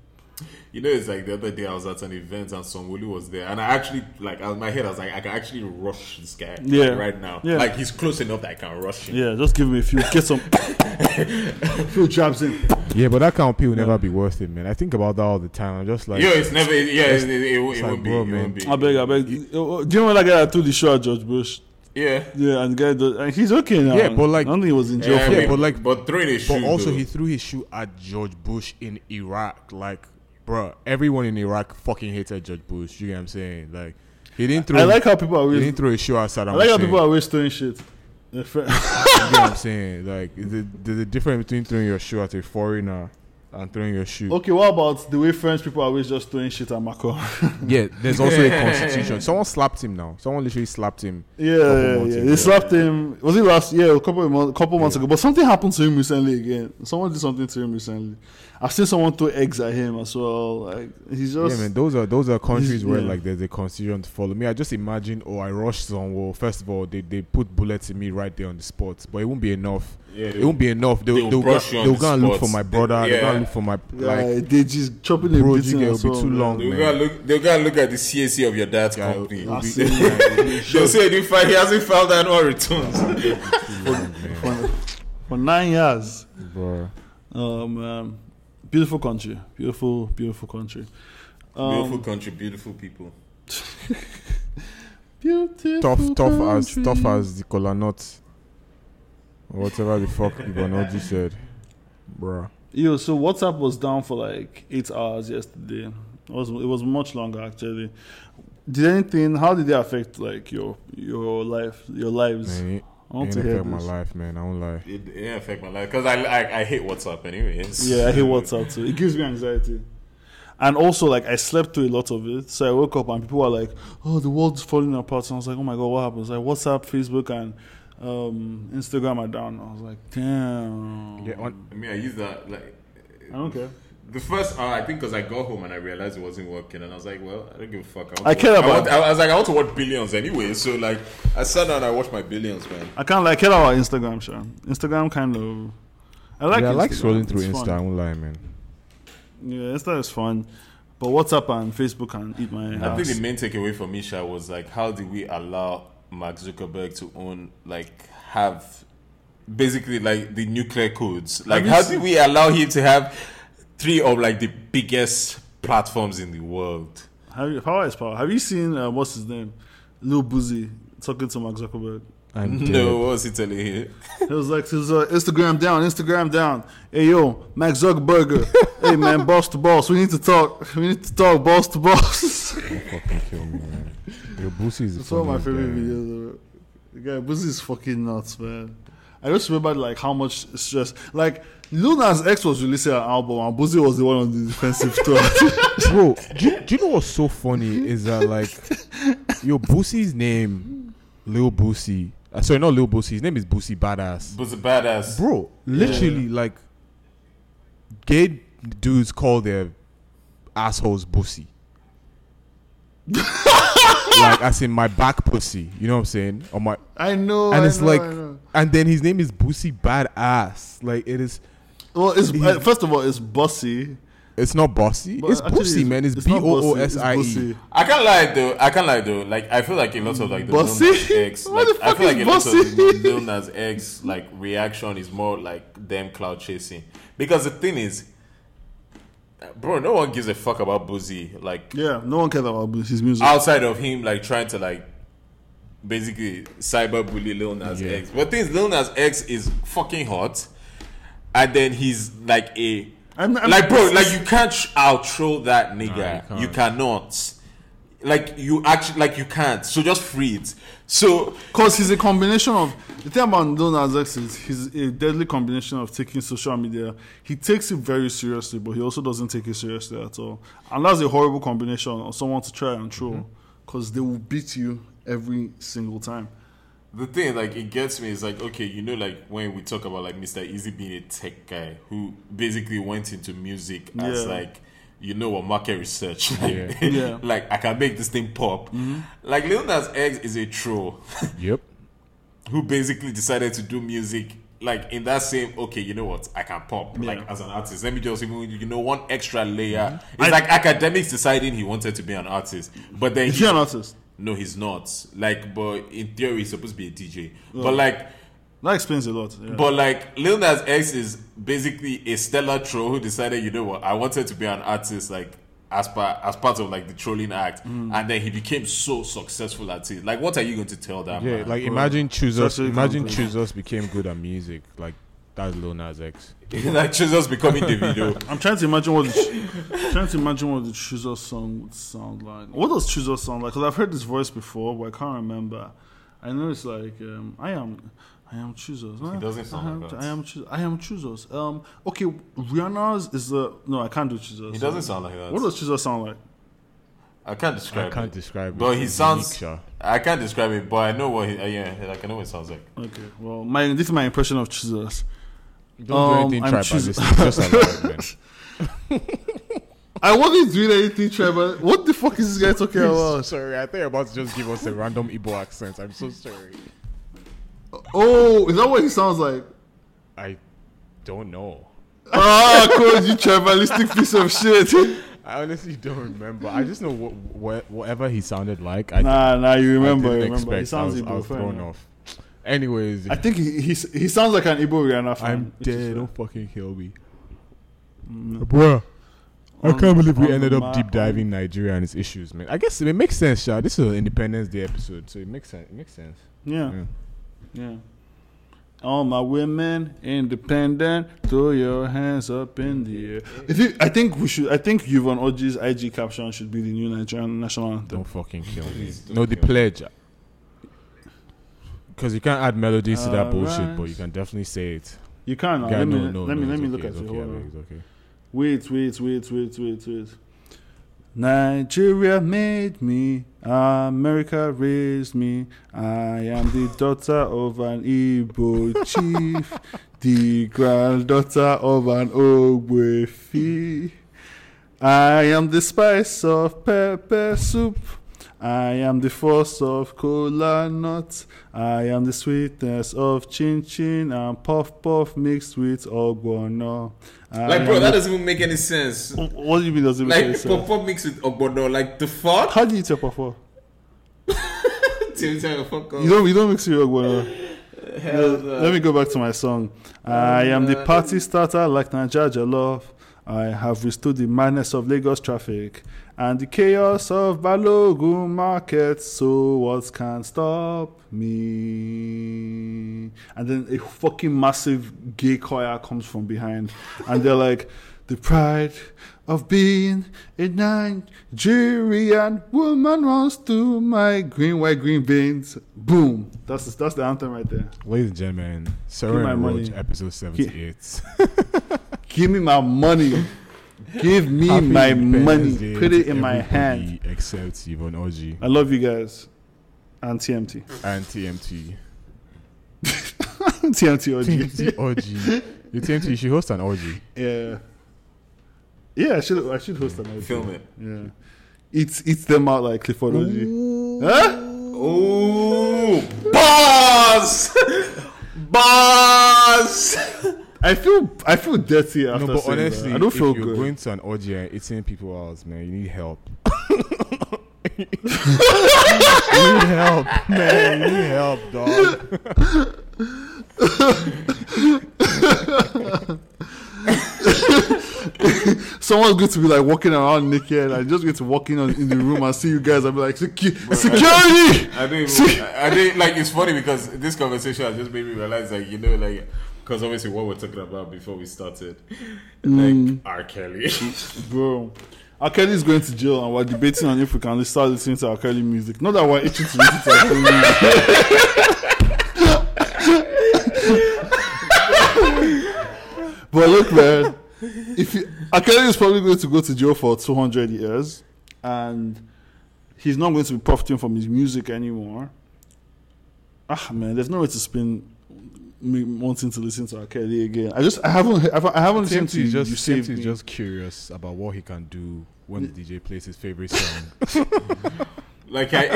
Speaker 1: You know, it's like the other day I was at an event and Songwolu was there, and I actually like out of my head I was like, I can actually rush this guy
Speaker 4: Yeah.
Speaker 1: right now.
Speaker 4: Yeah.
Speaker 1: Like he's close enough that I can rush him.
Speaker 4: Yeah, just give me a few. Get some *coughs* few jabs in.
Speaker 2: Yeah, but that kind of pee will never be worth it, man. I think about that all the time. I'm just like,
Speaker 1: Yo, it's never. Yeah, it, it, it, won't- it
Speaker 2: like,
Speaker 1: won't be.
Speaker 2: bro,
Speaker 1: it
Speaker 2: man.
Speaker 1: won't be.
Speaker 4: I beg, I beg. Oh, oh, Do you know when that guy that threw the show at George Bush?
Speaker 1: Yeah.
Speaker 4: Yeah, and the guy, does, and he's okay now.
Speaker 2: Yeah, but like-
Speaker 4: I don't think he was in jail.
Speaker 1: Yeah,
Speaker 4: for
Speaker 2: yeah,
Speaker 1: I mean,
Speaker 2: but like-
Speaker 1: but throwing his
Speaker 2: But
Speaker 1: shoe,
Speaker 2: also,
Speaker 1: though.
Speaker 2: he threw his shoe at George Bush in Iraq. Like, bruh, everyone in Iraq fucking hated George Bush. You get what I'm saying? Like, he didn't throw.
Speaker 4: I like how people are
Speaker 2: he
Speaker 4: always.
Speaker 2: didn't throw his shoe at Saddam.
Speaker 4: I like how
Speaker 2: Hussein.
Speaker 4: people are always throwing shit.
Speaker 2: *laughs*
Speaker 4: Their friend-
Speaker 2: You get what I'm saying? Like, the, the, the difference between throwing your shoe at a foreigner and throwing your shoe.
Speaker 4: okay, what about the way French people are always just throwing shit at Macron?
Speaker 2: Yeah, there's also a constitution. Someone slapped him now. Someone literally slapped him.
Speaker 4: *laughs* yeah,
Speaker 2: Couple
Speaker 4: yeah,
Speaker 2: months
Speaker 4: yeah.
Speaker 2: ago.
Speaker 4: They slapped him. Was it last year? A couple of months, couple months ago. But something happened to him recently again. Someone did something to him recently. I've seen someone throw eggs at him as well. Like he's just.
Speaker 2: yeah, man. Those are those are countries where
Speaker 4: yeah.
Speaker 2: like there's a constitution to follow. Me, I just imagine. Oh, I rushed someone. Well, first of all, they, they put bullets in me right there on the spot, but it won't be enough.
Speaker 1: Yeah,
Speaker 2: it won't be enough. They'll,
Speaker 1: they'll
Speaker 2: they'll, go,
Speaker 1: brush you on
Speaker 2: they'll
Speaker 1: the
Speaker 2: go and look for
Speaker 1: spot.
Speaker 2: my brother.
Speaker 1: They-
Speaker 2: They'll go and
Speaker 1: yeah.
Speaker 2: look for my
Speaker 4: like,
Speaker 2: like.
Speaker 4: they just chopping him.
Speaker 2: Bro,
Speaker 4: beating
Speaker 2: Jigga,
Speaker 4: as
Speaker 2: it'll be
Speaker 4: well,
Speaker 2: too
Speaker 4: man.
Speaker 2: long,
Speaker 1: They
Speaker 2: man.
Speaker 1: gotta look. They gotta look at the CAC of your dad's
Speaker 2: Yeah,
Speaker 1: company.
Speaker 2: it'll
Speaker 4: *laughs*
Speaker 2: be-
Speaker 1: *laughs* They'll say the fact he hasn't filed annual returns.
Speaker 4: *laughs* for, for nine years.
Speaker 2: Bro.
Speaker 4: Um, um, beautiful country, beautiful, beautiful country. Um,
Speaker 1: *laughs* beautiful country, beautiful people.
Speaker 4: beautiful
Speaker 2: Tough, tough as
Speaker 4: country.
Speaker 2: tough as the cola nut, or whatever the fuck Ibonoji said, bro.
Speaker 4: Yo, so WhatsApp was down for like eight hours yesterday. It was it was much longer actually. Did anything? How did they affect like your your life, your lives?
Speaker 2: Man, it,
Speaker 4: I
Speaker 2: it
Speaker 4: want
Speaker 2: ain't
Speaker 4: to hear
Speaker 2: affect my
Speaker 4: this.
Speaker 2: life, man. I won't lie.
Speaker 1: It, it didn't affect my life because I, I I hate WhatsApp anyways.
Speaker 4: Yeah, I hate WhatsApp too. It gives me anxiety. And also, like, I slept through a lot of it. So I woke up and people were like, oh, the world's falling apart. And I was like, oh my God, what happens? Like, WhatsApp, Facebook, and um, Instagram are down. I was like, damn.
Speaker 2: Yeah, on,
Speaker 1: I mean, I use that like.
Speaker 4: I don't care.
Speaker 1: The first hour, I think, because I got home and I realized it wasn't working, and I was like, "Well, I don't give a fuck." want
Speaker 4: I
Speaker 1: to
Speaker 4: care
Speaker 1: watch-
Speaker 4: about-
Speaker 1: I, want, I was like, "I want to watch Billions anyway," so like, I sat down and I watched my Billions, man.
Speaker 4: I can't like, I care about Instagram, sure. Instagram kind of. I like
Speaker 2: yeah, I like
Speaker 4: Instagram.
Speaker 2: scrolling through
Speaker 4: It's
Speaker 2: Insta. I
Speaker 4: fun.
Speaker 2: won't lie, man.
Speaker 4: Yeah, Insta is fun. But WhatsApp and Facebook can eat my
Speaker 1: I think
Speaker 4: ass.
Speaker 1: the main takeaway for me, Sha, was like, how do we allow Mark Zuckerberg to own, like, have basically like the nuclear codes? Like,
Speaker 4: Have you
Speaker 1: how
Speaker 4: seen-
Speaker 1: do we allow him to have three of like the biggest platforms in the world?
Speaker 4: Have you, power is power. Have you seen, uh, what's his name? Lil Boozy talking to Mark Zuckerberg.
Speaker 2: I'm
Speaker 1: No, what was he telling you?
Speaker 4: It was like it was, uh, Instagram down, Instagram down. Hey yo, Max *laughs* Zuckerberg. hey man, boss to boss. We need to talk. We need to talk, boss to boss. *laughs*
Speaker 2: fucking kill me, man. Your Boosie is the
Speaker 4: It's one of my
Speaker 2: funniest
Speaker 4: favorite
Speaker 2: guy, man.
Speaker 4: videos. Ever. The guy, Boozy is fucking nuts, man. I just remember like how much stress. Like Lil Nas X was releasing an album, and Boozy was the one on the defensive *laughs* tour.
Speaker 2: Bro, do you, do you know what's so funny is that like your Boosie's name, Lil Boosie. Uh, sorry, not Lil Boosie. His name is Boosie Badass.
Speaker 1: Was a badass.
Speaker 2: Bro, literally like gay dudes call their assholes *laughs* Boosie. like as in my back pussy, you know what I'm saying? Or my
Speaker 4: I know,
Speaker 2: and
Speaker 4: Oh, I
Speaker 2: it's
Speaker 4: know,
Speaker 2: like
Speaker 4: I know.
Speaker 2: and then his name is Boosie Badass. Like it is
Speaker 4: well, it's uh, first of all, it's Bossy.
Speaker 2: It's not bossy.
Speaker 4: but
Speaker 2: it's
Speaker 4: actually
Speaker 2: bossy, man. It's B
Speaker 4: not
Speaker 2: O O
Speaker 4: Bossy,
Speaker 2: S
Speaker 4: it's
Speaker 2: I E.
Speaker 4: Bossy.
Speaker 1: I can't lie though. I can't lie though. Like I feel like a lot of like the Lil
Speaker 4: Bossy?
Speaker 1: Nas X.
Speaker 4: What
Speaker 1: Like,
Speaker 4: the
Speaker 1: I
Speaker 4: fuck
Speaker 1: feel like
Speaker 4: is
Speaker 1: a lot of
Speaker 4: bossy?
Speaker 1: Lil Nas X like reaction is more like them cloud chasing. Because the thing is, bro, no one gives a fuck about Boozy. Like
Speaker 4: Yeah, no one cared about Boozy- his music.
Speaker 1: outside of him, like trying to like basically cyberbully Lil Nas
Speaker 2: Yeah.
Speaker 1: X. But things Lil Nas X is fucking hot, and then he's like a
Speaker 4: I'm- I'm-
Speaker 1: like bro, like you can't sh- outro that nigga.
Speaker 2: Nah, you
Speaker 1: you, cannot. Like you actually like you can't. So just free it. So
Speaker 4: Because he's a combination of the thing about Lil Nas X is he's a deadly combination of taking social media. He takes it very seriously, but he also doesn't take it seriously at all. And that's a horrible combination of someone to try and throw,
Speaker 1: Mm-hmm.
Speaker 4: because they will beat you every single time.
Speaker 1: the thing like it gets me is like okay, you know like when we talk about like Mr. Easy being a tech guy who basically went into music as
Speaker 4: Yeah.
Speaker 1: like you know what market research *laughs* like,
Speaker 2: Yeah.
Speaker 4: Yeah. Mm-hmm.
Speaker 1: like I can make this thing pop. Like Lil Nas X is a troll
Speaker 2: Yep.
Speaker 1: who basically decided to do music like in that same okay you know what i can pop like as an artist let me just even you know one extra layer
Speaker 4: Mm-hmm.
Speaker 1: it's like academics deciding he wanted to be an artist but then
Speaker 4: *laughs* Is he an artist?
Speaker 1: no he's not like but in theory he's supposed to be a dj but like
Speaker 4: That explains a lot. yeah.
Speaker 1: but like Lil Nas X is basically a stellar troll who decided, you know what, I wanted to be an artist like as part as part of like the trolling act,
Speaker 2: Mm.
Speaker 1: and then he became so successful at it. Like, what are you going to tell that
Speaker 2: Yeah,
Speaker 1: man?
Speaker 2: like imagine choose us.
Speaker 4: Especially
Speaker 2: Imagine
Speaker 4: country.
Speaker 2: choose us became good at music. Like that's Lil Nas X.
Speaker 1: *laughs* like Jesus
Speaker 2: *laughs*
Speaker 1: becoming Davido.
Speaker 4: I'm trying to imagine what the, ch- I'm trying to imagine what the Chooser song would sound like. What does Chooser sound like? Because I've heard this voice before, but I can't remember. I know it's like um, I am, I am Chooser. He
Speaker 1: doesn't sound
Speaker 4: I am,
Speaker 1: like that.
Speaker 4: I am Chooser. I am Chooser. Um, okay, Rihanna's is the no. I can't do Chooser.
Speaker 1: He doesn't sound like that.
Speaker 4: What does Chooser sound like?
Speaker 1: I can't describe.
Speaker 2: I can't
Speaker 1: it.
Speaker 2: describe.
Speaker 1: But
Speaker 2: it.
Speaker 1: he
Speaker 2: It's
Speaker 1: sounds.
Speaker 2: unique, sha.
Speaker 1: I can't describe it, but I know what. He, uh, yeah, like I know what it sounds like.
Speaker 4: Okay, well, my this is my impression of Chooser.
Speaker 2: Don't
Speaker 4: Um,
Speaker 2: do anything
Speaker 4: I'm
Speaker 2: tribal.
Speaker 4: choos-
Speaker 2: Listen, it's just *laughs* alive, man.
Speaker 4: I wasn't doing anything, Trevor. What the fuck is this guy talking about?
Speaker 2: Oh, sorry, I think you're about to just give us a random Igbo accent. I'm so sorry.
Speaker 4: Oh, is that what he sounds like?
Speaker 2: I don't know.
Speaker 4: *laughs* Ah, cause you tribalistic piece of *laughs* shit.
Speaker 2: I honestly don't remember. I just know what, what whatever he sounded like. I,
Speaker 4: Nah, nah, you
Speaker 2: I
Speaker 4: remember.
Speaker 2: didn't
Speaker 4: you remember.
Speaker 2: expect.
Speaker 4: He
Speaker 2: I was,
Speaker 4: sounds
Speaker 2: I
Speaker 4: Igbo,
Speaker 2: was
Speaker 4: fair
Speaker 2: thrown
Speaker 4: enough.
Speaker 2: off. Anyways,
Speaker 4: I think he, he he sounds like an Igbo Rihanna fan.
Speaker 2: I'm
Speaker 4: which is
Speaker 2: dead.
Speaker 4: fair.
Speaker 2: Don't fucking kill me, bro. I
Speaker 4: On-
Speaker 2: can't believe we
Speaker 4: on
Speaker 2: ended
Speaker 4: my
Speaker 2: up deep diving Nigeria and its issues, man. I guess it makes sense, Sha. This is an Independence Day episode, so it makes sense. It makes sense.
Speaker 4: Yeah,
Speaker 2: Yeah.
Speaker 4: yeah. All my women independent. Throw your hands up in the air. If you, I think we should. I think Yvonne Oji's IG caption should be the new Nigerian national anthem.
Speaker 2: Don't fucking kill me.
Speaker 1: Please don't
Speaker 2: No, the
Speaker 1: kill me.
Speaker 2: pledge. Because you can't add melodies to that bullshit,
Speaker 4: Alright.
Speaker 2: but you can definitely say it.
Speaker 4: You can. now.
Speaker 2: Yeah,
Speaker 4: Uh, let me
Speaker 2: no, no,
Speaker 4: let me
Speaker 2: no,
Speaker 4: let
Speaker 2: it's
Speaker 4: me
Speaker 2: okay,
Speaker 4: look at
Speaker 2: it's
Speaker 4: you.
Speaker 2: okay,
Speaker 4: Hold on.
Speaker 2: Abeg, it's okay.
Speaker 4: Wait, wait, wait, wait, wait, wait. Nigeria made me, America raised me. I am the daughter of an Igbo chief, the granddaughter of an Ogwefi. I am the spice of pepper soup. I am the force of cola nut. I am the sweetness of chin chin and puff puff mixed with ogbono. I
Speaker 2: Mm.
Speaker 1: Like, bro,
Speaker 4: am
Speaker 1: that doesn't even make any sense.
Speaker 4: Wh- What do you mean doesn't make any
Speaker 1: Like,
Speaker 4: sense?
Speaker 1: pop mixed with ogbono. Like the
Speaker 2: *laughs*
Speaker 1: fuck.
Speaker 4: How do you eat your puffer?
Speaker 1: Till you tell your fuck
Speaker 4: You
Speaker 1: up.
Speaker 4: don't, you don't mix your well.
Speaker 1: Hell no.
Speaker 4: Let me go back to my song. I am the party starter like Najaja Love. I have withstood the madness of Lagos traffic and the chaos of Balogun market. So what can stop me? And then a fucking massive gay choir comes from behind, and they're like, "The pride of being a Nigerian woman runs through my green, white, green veins." Boom. That's that's the anthem right there.
Speaker 2: Ladies and gentlemen, Sarah
Speaker 4: my
Speaker 2: and Roach,
Speaker 4: money.
Speaker 2: episode
Speaker 4: *laughs*
Speaker 2: 78.
Speaker 4: Give me my money. Give me
Speaker 2: Happy
Speaker 4: my
Speaker 2: Independence
Speaker 4: money.
Speaker 2: Day
Speaker 4: Put
Speaker 2: to
Speaker 4: it in my
Speaker 2: everybody
Speaker 4: hand.
Speaker 2: Except Yvonne Oji
Speaker 4: I love you guys. And *laughs* TMT.
Speaker 2: and TMT.
Speaker 4: TMT
Speaker 2: *laughs*
Speaker 4: OG.
Speaker 2: TMT Oji. You TMT, you should host an Oji.
Speaker 4: yeah. Yeah, I should I should host an OG.
Speaker 1: Film it.
Speaker 4: Yeah. It's it's them out like Clifford OG. Huh?
Speaker 1: Ooh, bars, bars.
Speaker 4: I feel I feel dirty after
Speaker 2: No, but
Speaker 4: saying that.
Speaker 2: honestly,
Speaker 4: I don't feel
Speaker 2: if you're
Speaker 4: good.
Speaker 2: going to an orgy and eating people out, man, you need help. *laughs* you need help, man. You need help, dog.
Speaker 4: Someone's going to be like walking around naked. I'm just going to walk in on, in the room and see you guys. I'll be like, "Secu- security!
Speaker 1: I don't even. I I didn't like. It's funny because this conversation has just made me realize, like you know, like because obviously what we're talking about before we started, like R. Kelly. *laughs*
Speaker 4: Bro, R. Kelly is going to jail and we're debating on if we can start listening to R. Kelly music. Not that we're itching to listen to R. Kelly music. *laughs* but look, man, if you, R. Kelly is probably going to go to jail for 200 years and he's not going to be profiting from his music anymore. Ah, man, there's no way to spin me wanting to listen to R. Kelly again. I just, I haven't, he- I haven't- I haven't listened
Speaker 2: TMT
Speaker 4: to
Speaker 2: is just,
Speaker 4: You
Speaker 2: TMT
Speaker 4: Saved
Speaker 2: is
Speaker 4: Me.
Speaker 2: just curious about what he can do when the DJ plays
Speaker 4: *laughs*
Speaker 2: his favorite song.
Speaker 1: like I,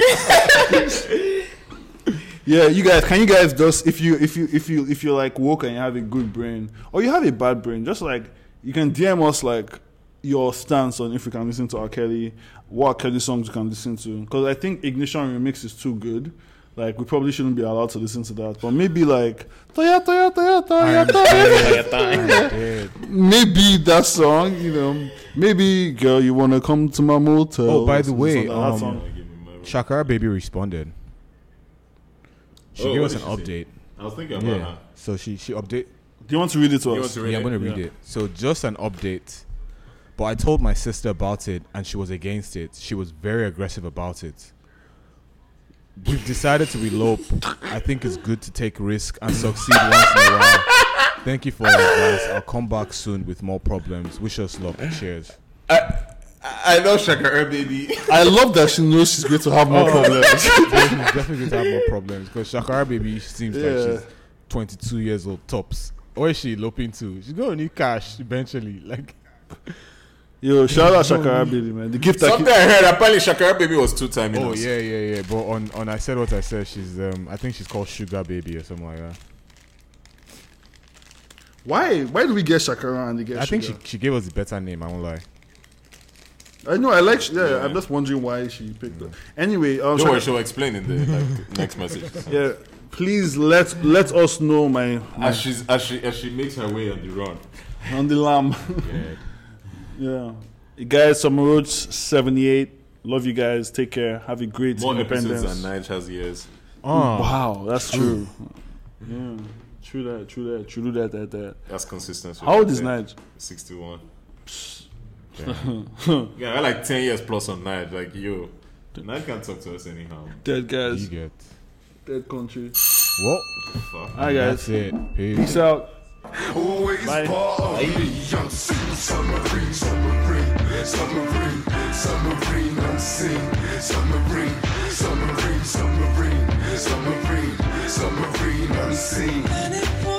Speaker 4: Yeah, you guys, can you guys just if you if you if you if you're like woke and you have a good brain or you have a bad brain, just like you can DM us like your stance on if you can listen to R. Kelly, what R. Kelly songs you can listen to. Because I think Ignition Remix is too good. Like we probably shouldn't be allowed to listen to that. But maybe like Toya Toya Toya Toya Toya Maybe that song, you know. Maybe girl, you wanna come to my motel.
Speaker 2: Oh, by the
Speaker 4: Something
Speaker 2: way,
Speaker 4: like that.
Speaker 2: um,
Speaker 4: That song.
Speaker 2: Shakara Baby responded. She
Speaker 1: Oh,
Speaker 2: gave
Speaker 1: what
Speaker 2: us an
Speaker 1: did she
Speaker 2: update.
Speaker 1: I was thinking
Speaker 4: Uh-huh.
Speaker 2: Yeah.
Speaker 1: about her.
Speaker 2: So she she update.
Speaker 4: do you want to read it to
Speaker 1: You
Speaker 4: us?
Speaker 1: want to read
Speaker 2: yeah, I'm
Speaker 1: it?
Speaker 2: gonna read
Speaker 4: Yeah.
Speaker 2: it. So just an update. But I told my sister about it, and she was against it. She was very aggressive about it. We've decided to elope. I think it's good to take risk and succeed once in a while. Thank you for your advice. I'll come back soon with more problems. Wish us luck. Cheers.
Speaker 1: I, I I know Shakara *laughs* baby.
Speaker 4: I love that she knows she's going to have more problems.
Speaker 2: definitely, definitely going to have more problems because Shakara baby seems
Speaker 4: Yeah.
Speaker 2: like she's 22 years old tops. Where is she loping to? She's gonna need cash eventually. Like,
Speaker 4: Yo, shout out Shakara Baby, man. The gift that
Speaker 1: Something I heard apparently Shakara baby was two time.
Speaker 2: oh yeah, yeah, yeah. But on on I said what I said. She's um, I think she's called Sugar Baby or something like that.
Speaker 4: *laughs* Why? Why do we get Shakara and they get
Speaker 2: I think she
Speaker 4: Sugar?
Speaker 2: she gave us a better name. I won't lie.
Speaker 4: I know, Uh, I like. Yeah, I'm just wondering why she picked that. Anyway, um,
Speaker 1: Don't worry,
Speaker 4: Shaka-
Speaker 1: she'll explain in the like, next message.
Speaker 4: yeah, please let let us know, my, my
Speaker 1: As she's as she as she makes her way on the run.
Speaker 4: on the lamb. *laughs* yeah, guys, Summer Roads seventy eight. Love you guys. Take care. Have a great
Speaker 1: More episodes
Speaker 4: independence.
Speaker 1: than Nige has years.
Speaker 2: Oh,
Speaker 4: Wow, that's true. yeah, true that. True that. True that. That that.
Speaker 1: That's consistency.
Speaker 4: How old is Nige?
Speaker 1: Sixty one. Yeah, I like ten years plus on Nige. Like yo, Nige can't talk to us anyhow.
Speaker 4: Dead
Speaker 2: you
Speaker 4: guys.
Speaker 2: get.
Speaker 4: Dead country.
Speaker 2: Well,
Speaker 1: Fuck.
Speaker 4: All right, guys.
Speaker 2: that's it. Peace.
Speaker 4: Peace out.
Speaker 5: always
Speaker 4: Bye.
Speaker 5: part of the young scene. Submarine, submarine, submarine, submarine unseen. Submarine, submarine, submarine, submarine, submarine unseen.
Speaker 6: And it was